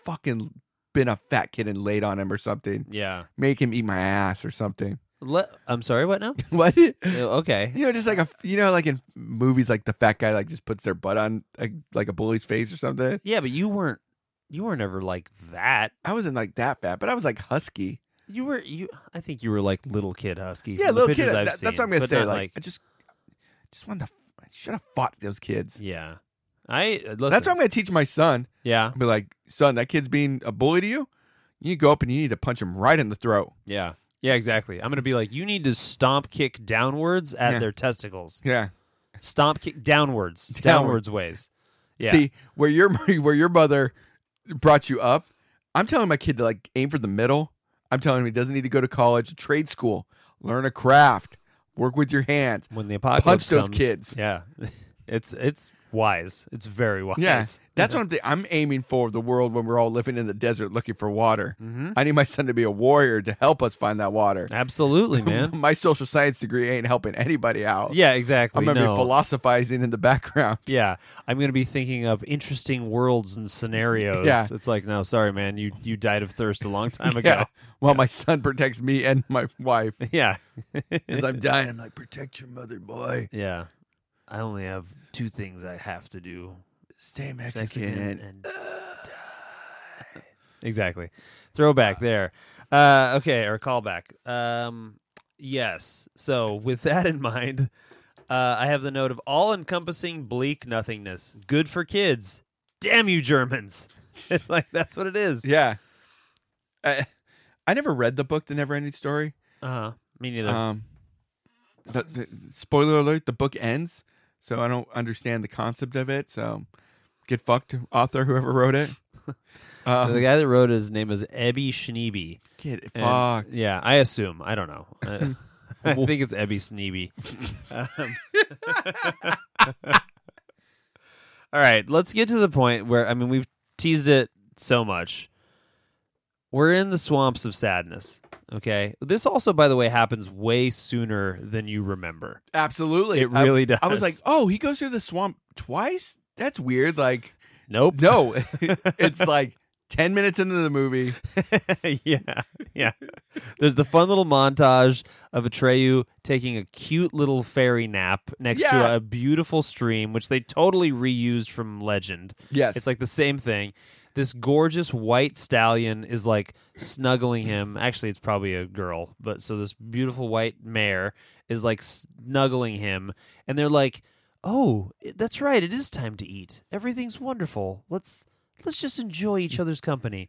fucking been a fat kid and laid on him or something. Yeah. Make him eat my ass or something. Le- I'm sorry. What now? What? Uh, okay. You know, just like a you know, like in movies, like the fat guy like just puts their butt on like, like a bully's face or something. Yeah, but you weren't. You weren't ever like that. I wasn't like that fat, but I was like husky. You were. You. I think you were like little kid husky. Yeah, from the little pictures kid. I've that- seen, that's what I'm gonna but say. not, Like, I just, just wanted to. I should have fought those kids. yeah. I. uh, Listen, That's what I'm gonna teach my son. Yeah. I'll be like, son, that kid's being a bully to you. You go up and you need to punch him right in the throat. Yeah. Yeah. Exactly. I'm gonna be like, you need to stomp kick downwards at Yeah. their testicles. Yeah. Stomp kick downwards, Downward. downwards ways. Yeah. See where your where your mother brought you up. I'm telling my kid to like aim for the middle. I'm telling him he doesn't need to go to college, trade school, learn a craft, work with your hands. when the apocalypse those comes, kids. Yeah, it's it's wise. It's very wise. Yeah, that's what I'm. Th- I'm aiming for the world when we're all living in the desert looking for water. Mhm. I need my son to be a warrior to help us find that water. Absolutely, man. my social science degree ain't helping anybody out. yeah, exactly. I'm gonna no. be philosophizing in the background. yeah, I'm gonna be thinking of interesting worlds and scenarios. Yeah. it's like, no, sorry, man, you you died of thirst a long time Yeah. ago. While my son protects me and my wife Yeah, as I'm dying, I'm like, protect your mother, boy. yeah. I only have two things I have to do: Stay Mexican. Mexican and die. Exactly. Throwback there. Uh, okay, or callback. Um, yes. So with that in mind, uh, I have the note of all-encompassing bleak nothingness. Good for kids. Damn you Germans! it's like that's what it is. yeah. I, I never read the book, The Never Ending Story. Uh-huh. Me neither. Um, the, the, spoiler alert: the book ends, so I don't understand the concept of it. So, get fucked, author, whoever wrote it. the Um, guy that wrote his name is Ebby Schneeby. get And- fucked. Yeah, I assume. I don't know. I, I think it's Ebby Sneeby. Um, all right, let's get to the point where I mean we've teased it so much. We're in the swamps of sadness. Okay, this also, by the way, happens way sooner than you remember. Absolutely, It I- really does. I was like, oh, he goes through the swamp twice. That's weird. Like, nope, no, it's like ten minutes into the movie. yeah, yeah. There's the fun little montage of Atreyu taking a cute little fairy nap next Yeah. to a beautiful stream, which they totally reused from Legend. Yes, It's like the same thing. This gorgeous white stallion is like snuggling him. Actually, it's probably a girl, but so this beautiful white mare is like snuggling him, and they're like, "Oh, i- that's right. It is time to eat. Everything's wonderful. Let's let's just enjoy each other's company."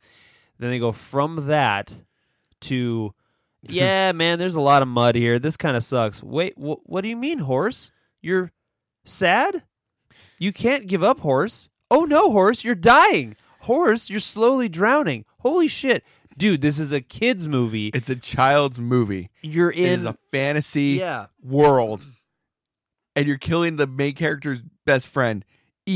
Then they go from that to, "Yeah, man, there's a lot of mud here. This kind of sucks. Wait, wh- what do you mean, horse? You're sad? You can't give up, horse. Oh no, horse, you're dying. Horse, you're slowly drowning. Holy shit. Dude, this is a kids movie. It's a child's movie. You're It is in a fantasy Yeah. world. And you're killing the main character's best friend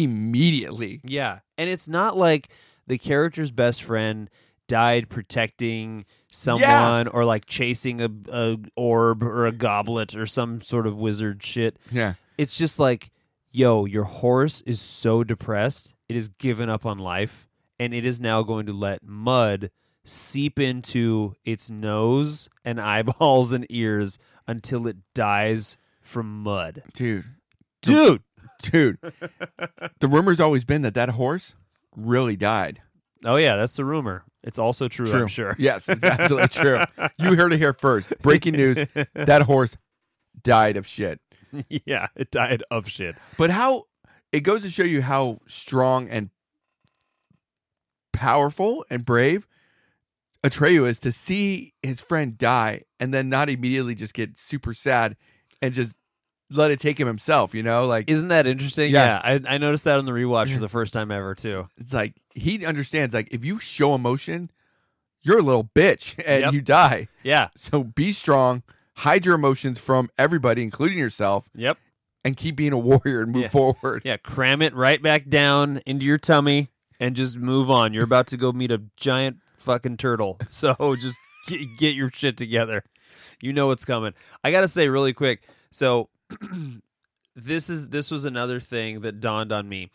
immediately. Yeah. And it's not like the character's best friend died protecting someone or like chasing a, a orb or a goblet or some sort of wizard shit. Yeah. It's just like, yo, your horse is so depressed, it has given up on life, and it is now going to let mud seep into its nose and eyeballs and ears until it dies from mud. Dude, Dude, dude. the rumor's always been that that horse really died. Oh yeah, that's the rumor. It's also true, I'm sure. Yes, it's absolutely true. You heard it here first. Breaking news that horse died of shit. yeah, it died of shit. But how it goes to show you how strong and powerful and brave Atreyu is to see his friend die and then not immediately just get super sad and just let it take him himself, you know? Like Isn't that interesting? Yeah. I, I noticed that on the rewatch for the first time ever too. it's like he understands like if you show emotion, you're a little bitch and Yep. you die. Yeah. So be strong, hide your emotions from everybody including yourself Yep. and keep being a warrior and move Yeah. forward. Yeah, cram it right back down into your tummy and just move on. You're about to go meet a giant fucking turtle. So just get, get your shit together. You know what's coming. I got to say really quick. So this is this was another thing that dawned on me.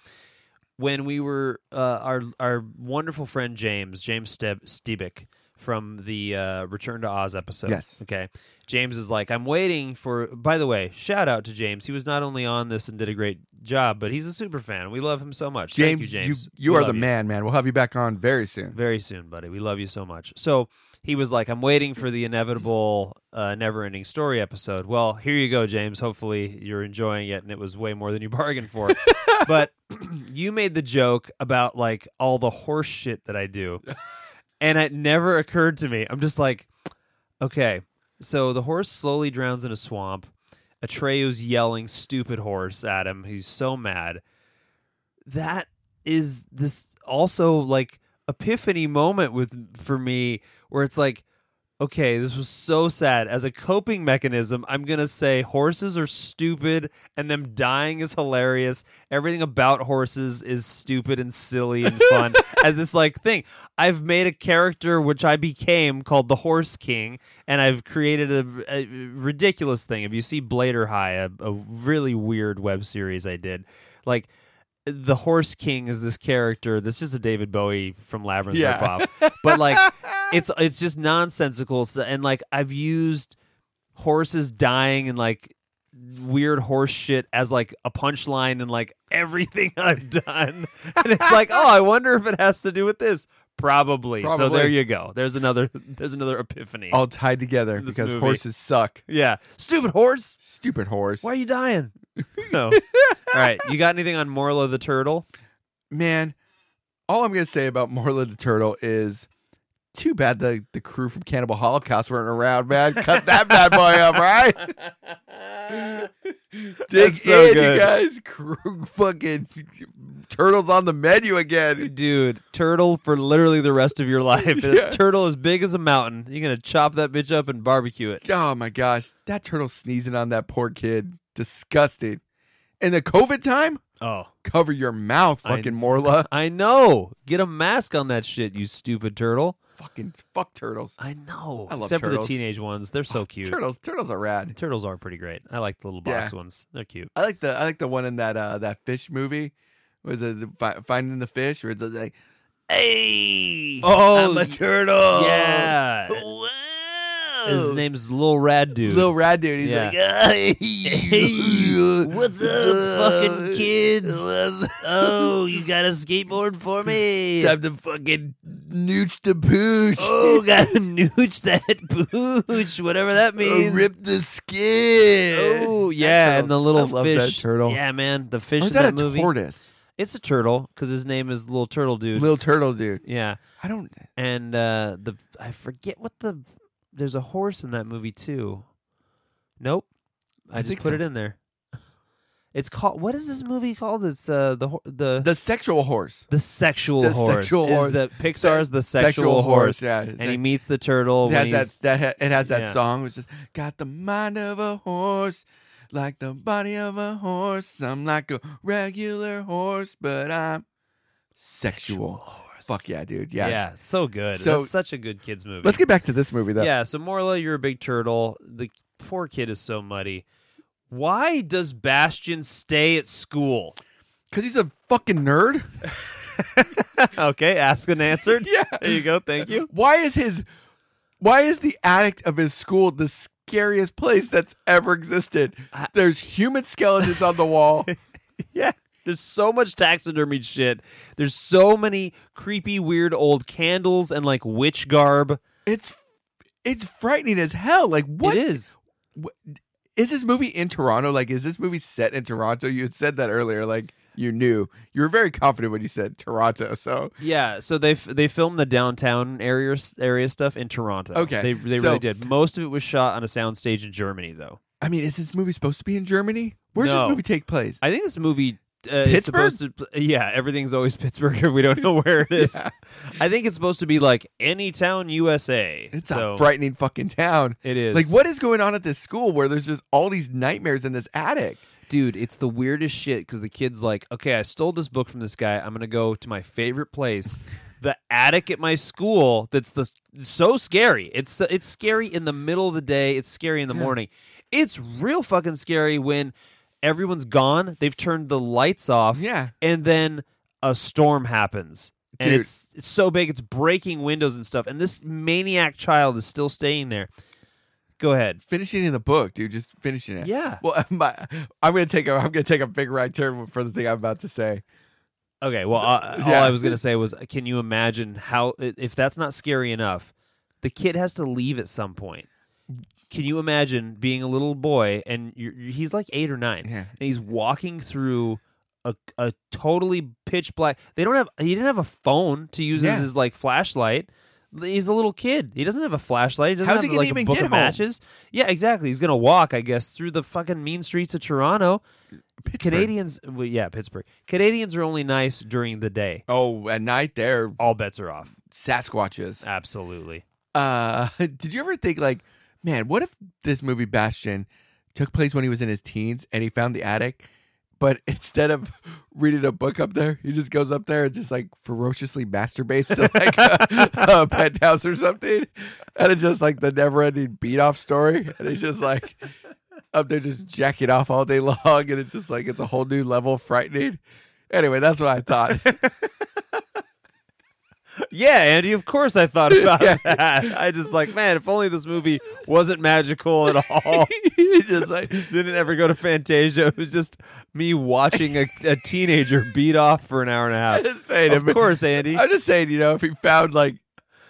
when we were uh, our our wonderful friend James James Steb- Stebick from the uh, Return to Oz episode. Yes. Okay. James is like, I'm waiting for. By the way, shout out to James. He was not only on this and did a great job, but he's a super fan. We love him so much. Thank James, you, James. you, We are love the man, man. We'll have you back on very soon. very soon, buddy. We love you so much. So he was like, I'm waiting for the inevitable uh, never ending story episode. Well, here you go, James. Hopefully you're enjoying it and it was way more than you bargained for. but you made the joke about like all the horse shit that I do. And it never occurred to me. I'm just like, okay. So the horse slowly drowns in a swamp. Atreyu's yelling stupid horse at him. He's so mad. That is this also like epiphany moment with for me where it's like okay this was so sad as a coping mechanism i'm going to say horses are stupid and them dying is hilarious everything about horses is stupid and silly and fun as this like thing i've made a character which i became called the horse king and i've created a, a ridiculous thing if you see blader high a, a really weird web series i did like the horse king is this character this is a david bowie from labyrinth Yeah. ripoff but like it's it's just nonsensical so- and like i've used horses dying and like weird horse shit as like a punchline and like everything i've done and it's like oh i wonder if it has to do with this probably, so Probably. there you go there's another there's another epiphany All tied together This because movie. horses suck. yeah stupid horse Stupid horse. why are you dying no all right you got anything on morla the turtle Man, all I'm going to say about Morla the Turtle is too bad the, the crew from Cannibal Holocaust weren't around, man. Cut that bad boy up, right? Dig That's so in, good. you guys. Crew fucking turtles on the menu again. Dude, turtle for literally the rest of your life. Yeah. Turtle as big as a mountain. You're gonna chop that bitch up and barbecue it. Oh my gosh, that turtle sneezing on that poor kid. Disgusting. In the COVID time, Oh, cover your mouth, I- fucking Morla. I know. Get a mask on that shit, you stupid turtle. fucking fuck turtles. I know. I love Except for the turtles. Oh, teenage ones, they're so cute. Turtles, turtles are rad. Turtles are pretty great. I like the little box ones. They're cute. I like the I like the one in that uh that fish movie. Was it the Fi- Finding the Fish? Where it's just like, hey, Oh, I'm a y- turtle. yeah. Wow. His name's Lil Rad Dude. Little rad dude. He's Yeah. like, hey, Hey, what's up, fucking kids? What's up? oh, you got a skateboard for me? Time to fucking nooch the pooch. Oh, gotta nooch that pooch, whatever that means. Uh, rip the skin. Oh That yeah, and turtle's- the little I love fish that turtle. Yeah, man, the fish Or in is that a movie. tortoise? It's a turtle because his name is Little Turtle Dude. Little turtle dude. yeah, I don't. and uh, the I forget what the there's a horse in that movie too. Nope, I, I just think put so. it in there. It's called what is this movie called? It's uh the ho- the the, The sexual horse. sexual the horse sexual is horse. the Pixar's the sexual, horse, Yeah. and he meets the turtle it when has he's that, that ha- it has that yeah. song which is got the mind of a horse like the body of a horse i'm like a regular horse but i'm sexual, horse. fuck yeah dude yeah. yeah, so good. So- That's such a good kids movie. let's get back to this movie though Yeah, so Morla, you're a big turtle. The poor kid is so muddy. Why does Bastion stay at school? because he's a fucking nerd okay, asked and answered. yeah There you go. Thank you. why is his why is the attic of his school the scariest place that's ever existed I- there's human skeletons on the wall Yeah. There's so much taxidermy shit. There's so many creepy, weird old candles and like witch garb. it's it's frightening as hell like what It is. is this movie in Toronto? Like, is this movie set in Toronto? You had said that earlier. Like, you knew you were very confident when you said Toronto. So Yeah. So they f- they filmed the downtown area area stuff in Toronto. Okay, They they so- really did. Most of it was shot on a soundstage in Germany, though. I mean, is this movie supposed to be in Germany? Where's No. this movie take place? I think this movie uh, is Pittsburgh? supposed to. Yeah, everything's always Pittsburgh. if We don't know where it is. Yeah. I think it's supposed to be like any town USA. It's so a frightening fucking town. It is Like, what is going on at this school where there's just all these nightmares in this attic? dude? It's the weirdest shit because the kid's like, okay, I stole this book from this guy. I'm gonna go to my favorite place. The attic at my school that's the so scary. It's it's scary in the middle of the day. It's scary in the Yeah. morning. It's real fucking scary when everyone's gone. They've turned the lights off. Yeah, and then a storm happens. And Dude. it's, it's so big, it's breaking windows and stuff. And this maniac child is still staying there. Go ahead. Finishing in the book, dude. Just finishing it. Yeah. Well, my, I'm gonna take a I'm gonna take a big right turn for the thing I'm about to say. Okay. Well, uh, yeah. all I was going to say was can you imagine how, i- if that's not scary enough, the kid has to leave at some point. Can you imagine being a little boy and you're, you're- he's like eight or nine? Yeah. and he's walking through a, a totally pitch black. They don't have he didn't have a phone to use Yeah. as his like flashlight. He's a little kid. He doesn't have a flashlight. He doesn't How's have he gonna like even a book get of home? matches. Yeah, exactly. He's gonna walk, I guess, through the fucking mean streets of Toronto. Pittsburgh. Canadians, well, yeah, Pittsburgh. Canadians are only nice during the day. Oh, at night they're All bets are off. Sasquatches. Absolutely. Uh, did you ever think like, man, what if this movie Bastion took place when he was in his teens and he found the attic, but instead of reading a book up there, he just goes up there and just like ferociously masturbates to like a, a penthouse or something, and it's just like the never-ending beat-off story, and it's just like. Up there, just jacking off all day long, and it's just like it's a whole new level of frightening. Anyway, that's what I thought. Yeah, Andy, of course I thought about Yeah. that. I just like, man, if only this movie wasn't magical at all. It's just like didn't ever go to Fantasia. It was just me watching a, a teenager beat off for an hour and a I'm half. just saying, Of if- course, Andy. I'm just saying, you know, if he found like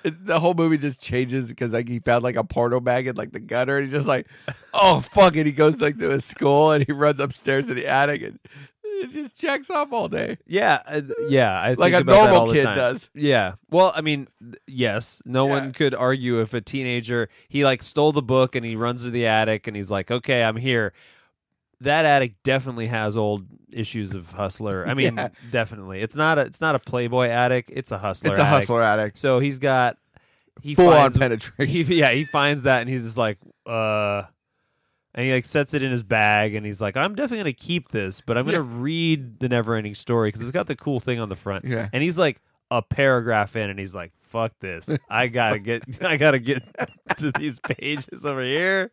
it- the whole movie just changes because like he found like a porno bag in like the gutter and he's just like, oh fuck it. He goes like to his school and he runs upstairs to the attic and it just checks off all day. Yeah, uh, yeah. I Like a think about that normal all the kid time. does. Yeah. Well, I mean, th- yes. No Yeah. one could argue if a teenager he like stole the book and he runs to the attic and he's like, "Okay, I'm here." That attic definitely has old issues of hustler. I mean, Yeah. definitely. It's not a it's not a playboy attic. It's a hustler. It's a attic. hustler attic. So he's got he Full on finds penetration. he, yeah, he finds that and he's just like, uh, and he like sets it in his bag and he's like, I'm definitely gonna keep this, but I'm gonna read the never ending story because it's got the cool thing on the front. Yeah. and he's like a paragraph in and he's like, fuck this, I gotta get, I gotta get to these pages over here.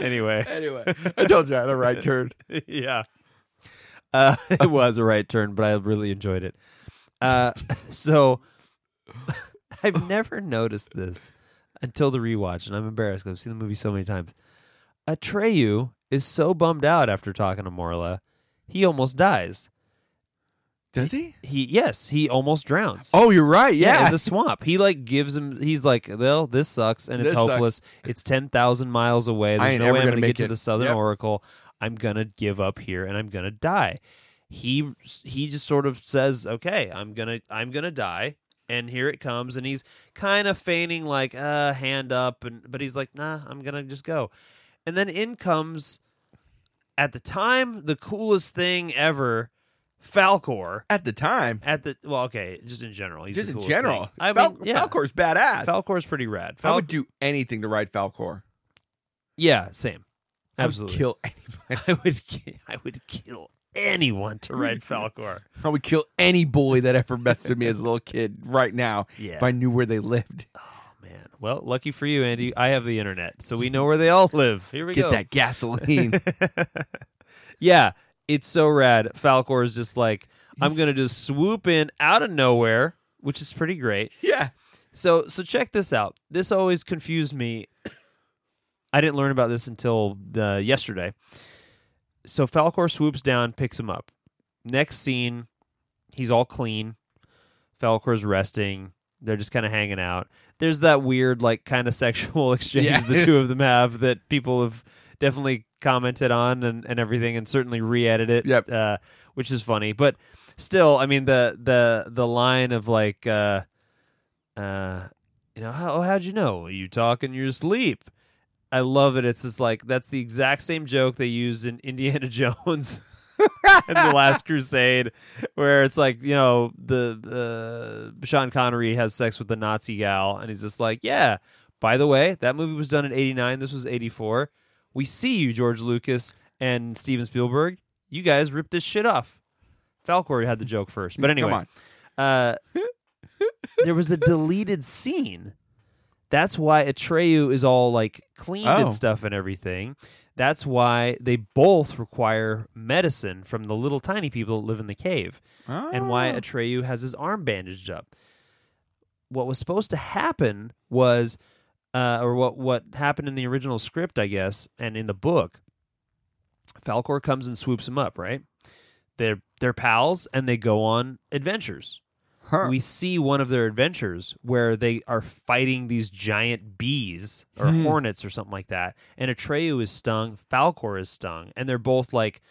Anyway, Anyway, I told you I had a right turn. yeah. Uh, it was a right turn, but I really enjoyed it. Uh, so I've never noticed this until the rewatch, and I'm embarrassed 'cause I've seen the movie so many times. Atreyu is so bummed out after talking to Morla, he almost dies. Does he? He yes, he almost drowns. Oh, you're right. Yeah. in the swamp. He like gives him. He's like, well, this sucks and it's This sucks. hopeless. It's ten thousand miles away. I There's ain't no way ever I'm gonna gonna make get to it." the Southern Yep. Oracle. I'm gonna give up here and I'm gonna die. He he just sort of says, okay, I'm gonna I'm gonna die. And here it comes, and he's kind of feigning like uh, hand up, and but he's like, nah, I'm gonna just go. And then in comes, at the time, the coolest thing ever, Falcor. At the time, At the well, okay, just in general, he's just the in coolest thing. general, I mean, Fal- yeah, Falcor's badass. Falcor's pretty rad. I Fal- would do anything to ride Falcor. yeah, same, I would absolutely. kill anybody. I would, ki- I would kill anyone to ride Falcor. I would kill any boy that ever messed with me as a little kid right now Yeah, if I knew where they lived. man. Well, lucky for you, Andy. I have the internet, so we know where they all live. Here we Get go. that gasoline. yeah, it's so rad. Falcor is just like, I'm He's- gonna just swoop in out of nowhere, which is pretty great. yeah. So so check this out. This always confused me. I didn't learn about this until uh, yesterday. So Falcor swoops down, picks him up. Next scene, he's all clean. Falcor's resting. They're just kind of hanging out. There's that weird, like, kind of sexual exchange Yeah. the two of them have that people have definitely commented on and, and everything, and certainly re-edited it, Yep. uh, which is funny. But still, I mean, the the the line of like, uh, uh, you know, how, oh, how'd you know? You talk in your sleep. I love it. It's just like that's the exact same joke they used in Indiana Jones and the Last Crusade, where it's like you know the uh, Sean Connery has sex with the Nazi gal, and he's just like, yeah. By the way, that movie was done in '89. This was '84. We see you, George Lucas and Steven Spielberg. You guys ripped this shit off. Falcor had the joke first, but anyway, Come on. uh, there was a deleted scene. That's why Atreyu is all like clean Oh. and stuff and everything. That's why they both require medicine from the little tiny people that live in the cave and why Ah. Atreyu has his arm bandaged up. What was supposed to happen was, uh, or what what happened in the original script, I guess, and in the book, Falcor comes and swoops him up. Right, they're they're pals, and they go on adventures. Huh. We see one of their adventures where they are fighting these giant bees or Hmm. hornets or something like that, and Atreyu is stung, Falcor is stung, and they're both like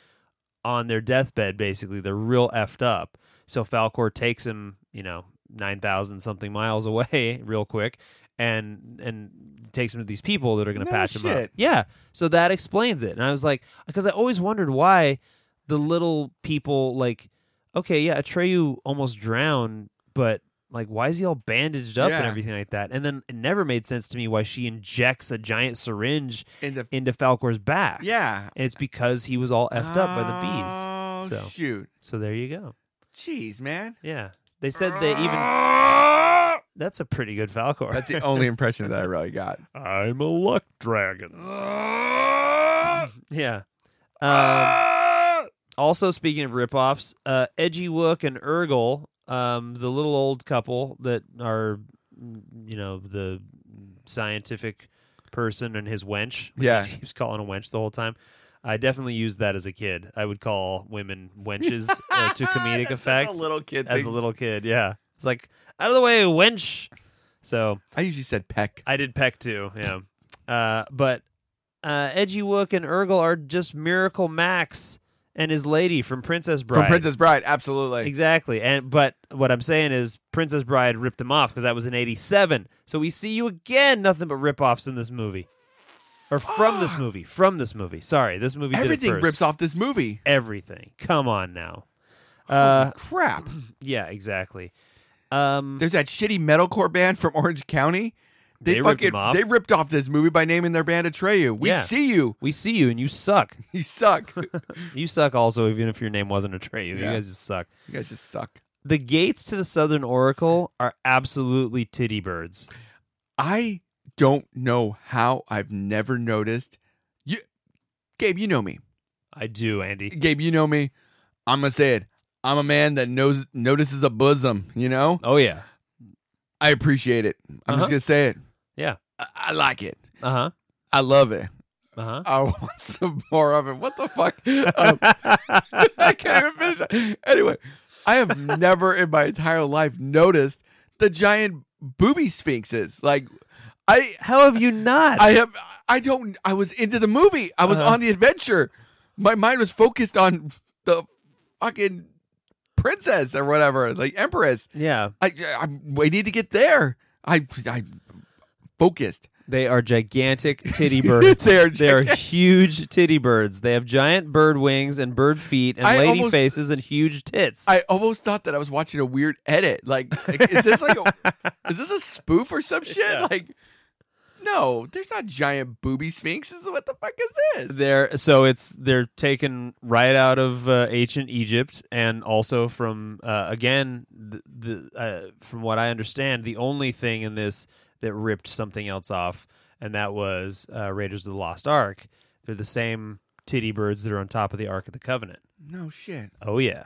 on their deathbed basically they're real effed up so falcor takes him you know 9000 something miles away real quick and and takes him to these people that are going to No patch him up shit. yeah so that explains it and i was like because i always wondered why the little people like okay yeah atreyu almost drowned but like why is he all bandaged up and Yeah. everything like that and then it never made sense to me why she injects a giant syringe And the, into falcor's back yeah. and it's because he was all effed up by the bees Oh, so. shoot. so there you go. Jeez, man. Yeah. They said they even. That's a pretty good Falcor. That's the only impression that I really got. I'm a luck dragon. yeah. Um, also, speaking of ripoffs, uh, Edgy Wook and Urgle, um, the little old couple that are, mm, you know, the scientific person and his wench. which Yeah. He keeps calling a wench the whole time. I definitely used that as a kid. I would call women wenches uh, to comedic That's effect. Such a little kid as a thing. little kid. Yeah, it's like out of the way, wench. So I usually said peck. I did peck too. Yeah, uh, but uh, Edgy Wook and Urgle are just Miracle Max and his lady from Princess Bride. From Princess Bride, absolutely. Exactly. And but what I'm saying is Princess Bride ripped them off because that was in 87. So we see you again nothing but rip-offs in this movie. Or from this Fuck. movie, from this movie. Sorry, this movie did it Ah. Everything first. rips off this movie. everything. Come on now. Uh, Holy crap. yeah, exactly. Um, There's that shitty metalcore band from Orange County. They, They ripped fucking them off. they ripped off this movie by naming their band Atreyu. We Yeah. see you. We see you and you suck. You suck. you You suck also, even if your name wasn't Atreyu. You Yeah. guys just suck. guys just suck. The gates to the Southern Oracle are absolutely titty birds. I don't know how I've never noticed. You, Gabe, you know me. I do, Andy. Gabe, you know me. I'm gonna say it. I'm a man that knows notices a bosom. You know, Oh yeah. I appreciate it. I'm Uh-huh. just gonna say it. Yeah. I, I like it. Uh I love it. huh. I want some more of it. What the fuck? Uh Um, huh. I can't even finish. That. Anyway, I have never in my entire life noticed the giant booby sphinxes. Like, I, How have you not? I have, I don't. I was into the movie. I was Uh-huh. on the adventure. My mind was focused on the fucking princess or whatever, like empress. yeah. I, I'm waiting to get there. I, I focused. They are gigantic titty birds. They are gigantic. huge titty birds. They have giant bird wings and bird feet and I lady almost- faces and huge tits. I almost thought that I was watching a weird edit. Like, like, is this like a, is this a spoof or some shit? Yeah. Like, no, there's not giant booby sphinxes. What the fuck is this? They're so it's they're taken right out of uh, ancient Egypt and also from uh, again the, the uh, from what I understand the only thing in this that ripped something else off and that was uh, Raiders of the Lost Ark. They're the same titty birds that are on top of the Ark of the Covenant. No shit. Oh yeah,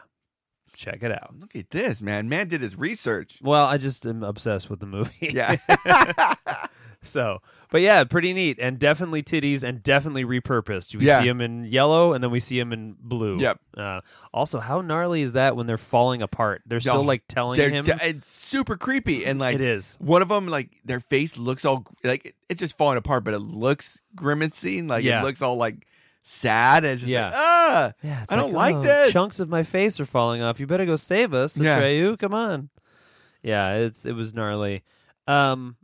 check it out. Look at this, man. Man did his research. Well, I just am obsessed with the movie. Yeah. So, but yeah, pretty neat and definitely titties and definitely repurposed. We Yeah. see them in yellow and then we see them in blue. Yep. Uh, also, how gnarly is that when they're falling apart? They're still No, like telling They're- him it's super creepy and like it is. one of them like their face looks all like it- it's just falling apart, but it looks grimacing. Like Yeah. it looks all like sad and it's just Yeah. like, ah. Yeah, it's oh, I don't like this. Chunks of my face are falling off. You better go save us, Yeah. Atreyu. Come on. Yeah, it's it was gnarly. Um,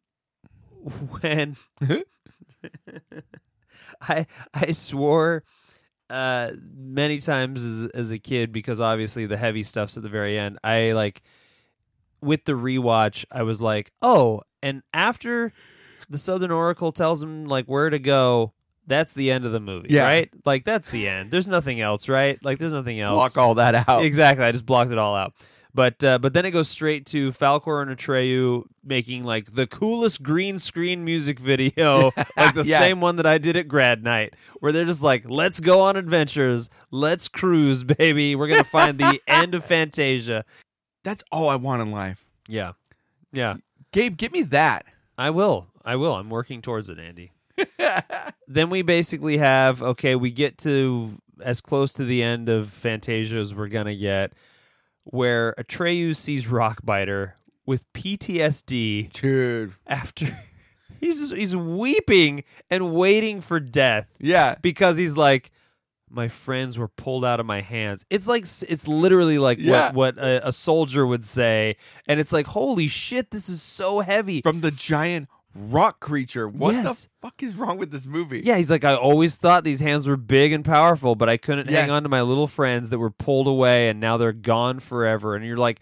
when I I swore uh many times as as a kid because obviously the heavy stuff's at the very end. I like with the rewatch, I was like, oh, and after the Southern Oracle tells him like where to go, that's the end of the movie, Yeah. right? Like that's the end. There's nothing else, right? Like there's nothing else. Block all that out. Exactly. I just blocked it all out. But uh, but then it goes straight to Falcor and Atreyu making like the coolest green screen music video, like the Yeah. same one that I did at grad night, where they're just like, "Let's go on adventures, let's cruise, baby. We're gonna find the end of Fantasia." That's all I want in life. Yeah, yeah. Gabe, give me that. I will. I will. I'm working towards it, Andy. then we basically have okay, we get to as close to the end of Fantasia as we're gonna get, where Atreyu sees Rockbiter with PTSD Dude. after he's he's weeping and waiting for death Yeah. because he's like my friends were pulled out of my hands it's like it's literally like Yeah. what, what a, a soldier would say and it's like holy shit this is so heavy From the giant rock creature. What Yes. the fuck is wrong with this movie? Yeah, he's like, I always thought these hands were big and powerful, but I couldn't hang Yes. on to my little friends that were pulled away and now they're gone forever. And you're like,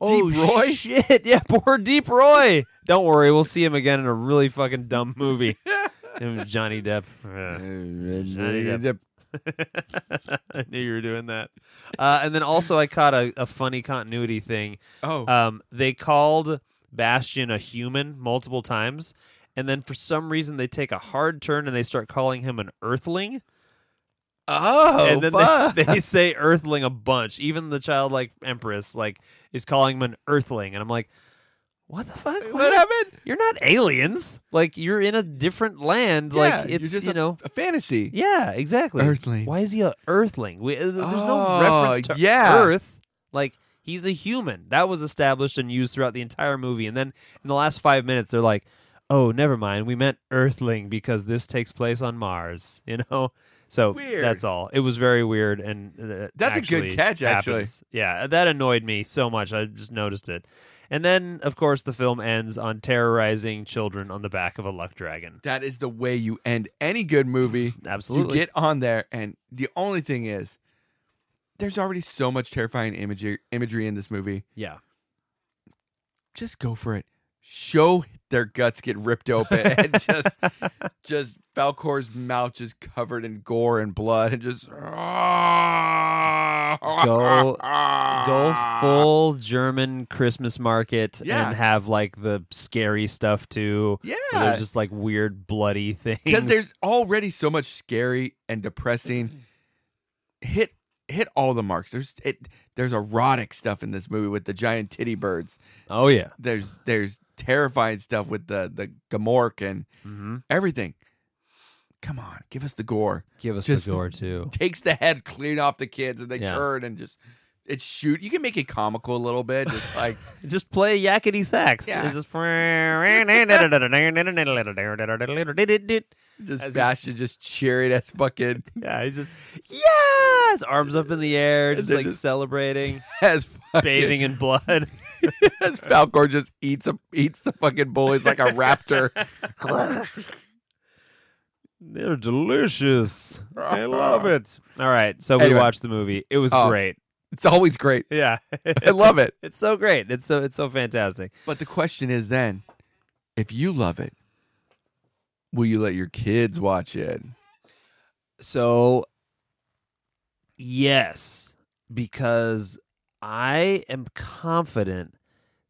oh, Deep Roy? shit. Yeah, poor Deep Roy. Don't worry, we'll see him again in a really fucking dumb movie. Him and Johnny Depp. Yeah. I knew you were doing that. Uh, and then also, I caught a, a funny continuity thing Oh. um, they called Bastion a human multiple times, and then for some reason they take a hard turn and they start calling him an Earthling, oh. and then fuck. they, they say Earthling a bunch. Even the childlike Empress like is calling him an Earthling, and I'm like, what the fuck? what happened? You're not aliens. Like you're in a different land. Yeah, like you're it's just you a- know. A fantasy. Yeah, exactly. Earthling. Why is he a Earthling? We, uh, there's no Oh, reference to yeah. Earth. Like he's a human. That was established and used throughout the entire movie. And then in the last five minutes, they're like, "Oh, never mind. We meant Earthling because this takes place on Mars." You know. So Weird. that's all. It was very weird, and uh, That's a good actually catch, actually. happens. yeah, that annoyed me so much. I just noticed it. And then, of course, the film ends on terrorizing children on the back of a luck dragon. That is the way you end any good movie. Absolutely. You get on there, and the only thing is, there's already so much terrifying imagery, imagery in this movie. yeah. Just go for it. Show their guts get ripped open, and just, just Falcor's mouth just covered in gore and blood, and just go, go full German Christmas market Yeah. and have like the scary stuff too. where yeah, There's just like weird bloody things. because there's already so much scary and depressing. Mm-hmm. Hit hit all the marks. There's it. There's erotic stuff in this movie with the giant titty birds. oh yeah, There's there's terrifying stuff with the the Gamork and hmm everything. Come on, give us the gore. give us Just- the gore too. Takes the head clean off the kids and they Yeah. turn and just it's shoot. You can make it comical a little bit, just like Just play yakety sax. Yeah. It's just just As it's- Bastion just cheering as fucking yeah, he's just yes, arms up in the air, just They're like just- celebrating, as fucking bathing in blood. as Falcor just eats a, eats the fucking bullies like a raptor. They're delicious. I love it. All right, so we Anyway. watched the movie. It was Oh. great. it's always great. Yeah, I love it. it's so great. It's so it's so fantastic. But the question is then, if you love it, will you let your kids watch it? So yes, because I am confident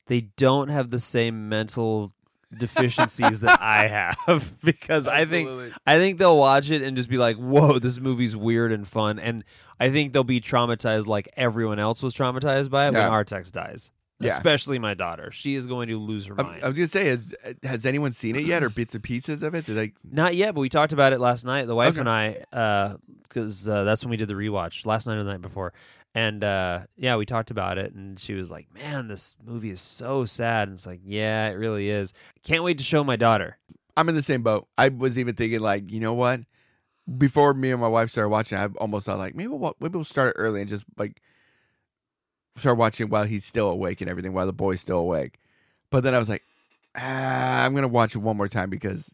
they don't have the same mental deficiencies that I have because I think I think they'll watch it and just be like, "Whoa, this movie's weird and fun." And I think they'll be traumatized like everyone else was traumatized by it Yeah. when Artex dies. Yeah. Especially my daughter. She is going to lose her I, mind. I was gonna say, has has anyone seen it yet, or bits and pieces of it? Did I? Not yet, but we talked about it last night. The wife Okay. and I, because uh, that's when we did the rewatch last night or the night before, and uh, yeah, we talked about it, and she was like, "Man, this movie is so sad." And it's like, "Yeah, it really is." Can't wait to show my daughter. I'm in the same boat. I was even thinking, like, you know what? Before me and my wife started watching, I almost thought like maybe we'll wa- maybe we'll start it early and just like start watching while he's still awake and everything, while the boy's still awake. But then I was like, ah, I'm gonna watch it one more time because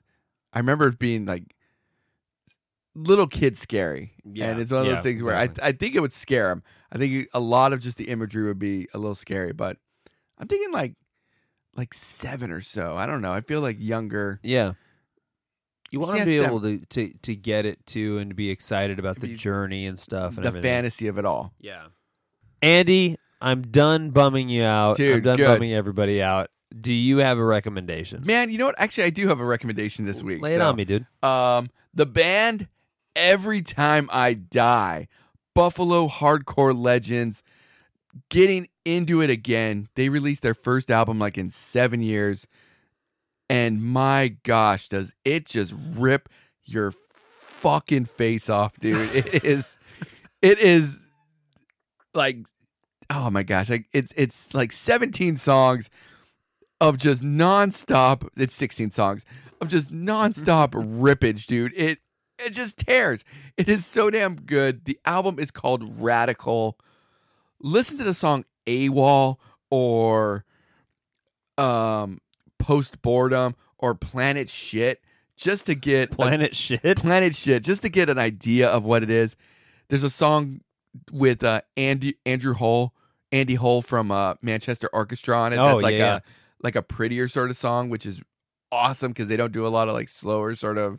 I remember it being like little kid scary, Yeah, and it's one of yeah, those things where I definitely. I think it would scare him. I think a lot of just the imagery would be a little scary, but I'm thinking like like seven or so. I don't know. I feel like younger. Yeah, you want Yeah, to be Sam. able to, to to get it too, and to be excited about the Be- journey and stuff, and the everything. fantasy of it all. Yeah, Andy, I'm done bumming you out. I'm Dude, done good. bumming everybody out. Do you have a recommendation? Man, you know what? Actually, I do have a recommendation this week. Lay it so, on me, dude. Um, the band Every Time I Die, Buffalo hardcore legends, getting into it again. They released their first album like in seven years. And my gosh, does it just rip your fucking face off, dude. It is it is like oh my gosh, like it's it's like 17 songs of just nonstop, it's 16 songs of just nonstop rippage, dude. It it just tears. It is so damn good. The album is called Radical. Listen to the song AWOL or um post boredom or planet shit just to get a Planet shit. Planet shit, just to get an idea of what it is. There's a song with uh, Andy Andrew Hull, Andy Hull from uh, Manchester Orchestra on it. Oh, that's like yeah, yeah. a like a prettier sort of song, which is awesome because they don't do a lot of like slower sort of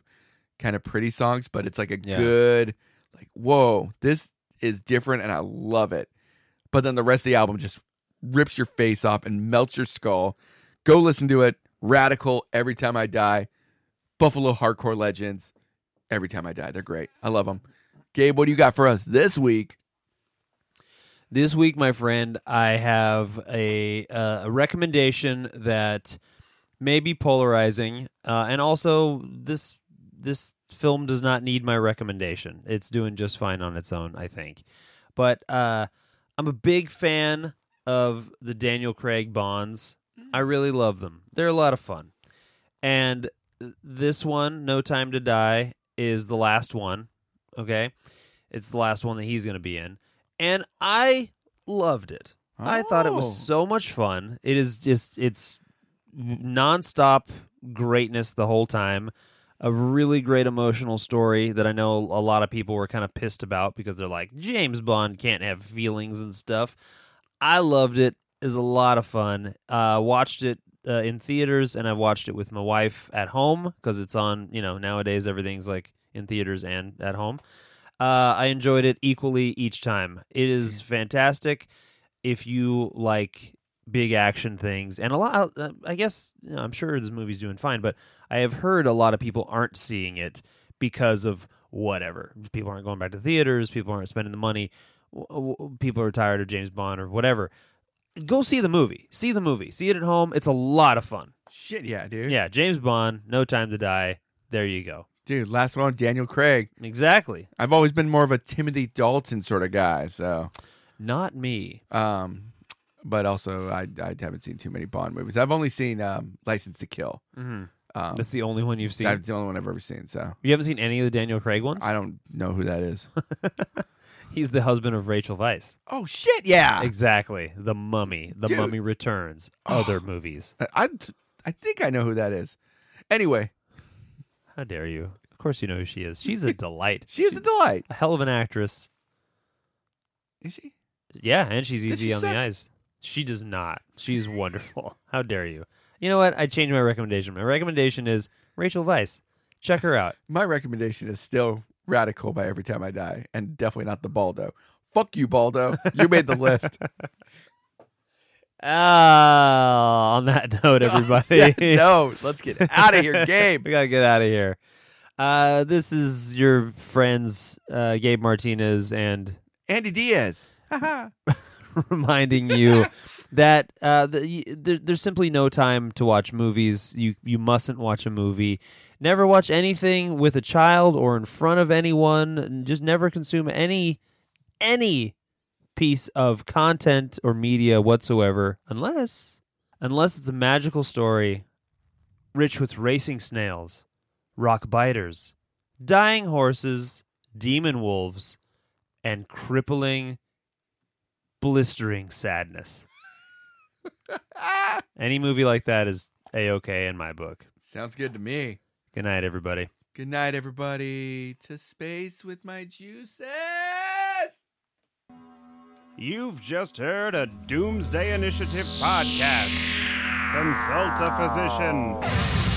kind of pretty songs, but it's like a Yeah. good like whoa, this is different and I love it. But then the rest of the album just rips your face off and melts your skull. Go listen to it. Radical every time I die. Buffalo hardcore legends. Every time I die, they're great. I love them. Gabe, what do you got for us this week? This week, my friend, I have a uh, a recommendation that may be polarizing, uh, and also this this film does not need my recommendation. It's doing just fine on its own, I think. But uh, I'm a big fan of the Daniel Craig Bonds. I really love them. They're a lot of fun, and th- this one, No Time to Die, is the last one. Okay, it's the last one that he's going to be in, and I loved it. I thought it Oh. was so much fun. It is just it's nonstop greatness the whole time. A really great emotional story that I know a lot of people were kind of pissed about because they're like James Bond can't have feelings and stuff. I loved it. It was a lot of fun. Uh, watched it uh, in theaters and I watched it with my wife at home because it's on. You know nowadays everything's like in theaters and at home. Uh, I enjoyed it equally each time. It is fantastic if you like big action things and a lot uh, i guess you know, i'm sure this movie's doing fine but i have heard a lot of people aren't seeing it because of whatever people aren't going back to theaters people aren't spending the money w- w- people are tired of james bond or whatever go see the movie see the movie see it at home it's a lot of fun Shit, yeah, dude. yeah james bond no time to die there you go Dude, last one, Daniel Craig. exactly I've always been more of a Timothy Dalton sort of guy, so not me um but also I I haven't seen too many Bond movies. I've only seen um License to Kill. Um that's the only one you've seen that's the only one I've ever seen, so you haven't seen any of the daniel craig ones I don't know who that is. he's the husband of rachel weisz oh shit, yeah. Exactly. The Mummy. The Dude. Mummy Returns. Other movies. I I think I know who that is. Anyway, How dare you? Of course you know who she is. She's a delight. she is a delight. a hell of an actress. Is she? Yeah, and she's Does easy she on suck? the eyes. She does not. She's wonderful. How dare you? You know what? I changed my recommendation. My recommendation is Rachel Weisz. Check her out. My recommendation is still Radical by Every Time I Die, and definitely not the Baldo. Fuck you, Baldo. You made the list. Ah, on that note, everybody. no, let's get out of here, Gabe. we gotta get out of here. Uh, this is your friends, uh, Gabe Martinez and Andy Diaz. reminding you that uh, the, y- there, there's simply no time to watch movies. You you mustn't watch a movie. Never watch anything with a child or in front of anyone. and Just never consume any any piece of content or media whatsoever, unless unless it's a magical story rich with racing snails, rock biters, dying horses, demon wolves, and crippling blistering sadness. Ah, Any movie like that is a okay in my book. Sounds good to me. Good night, everybody. Good night, everybody. To space with my juices. You've just heard a Doomsday Initiative podcast. Consult a physician.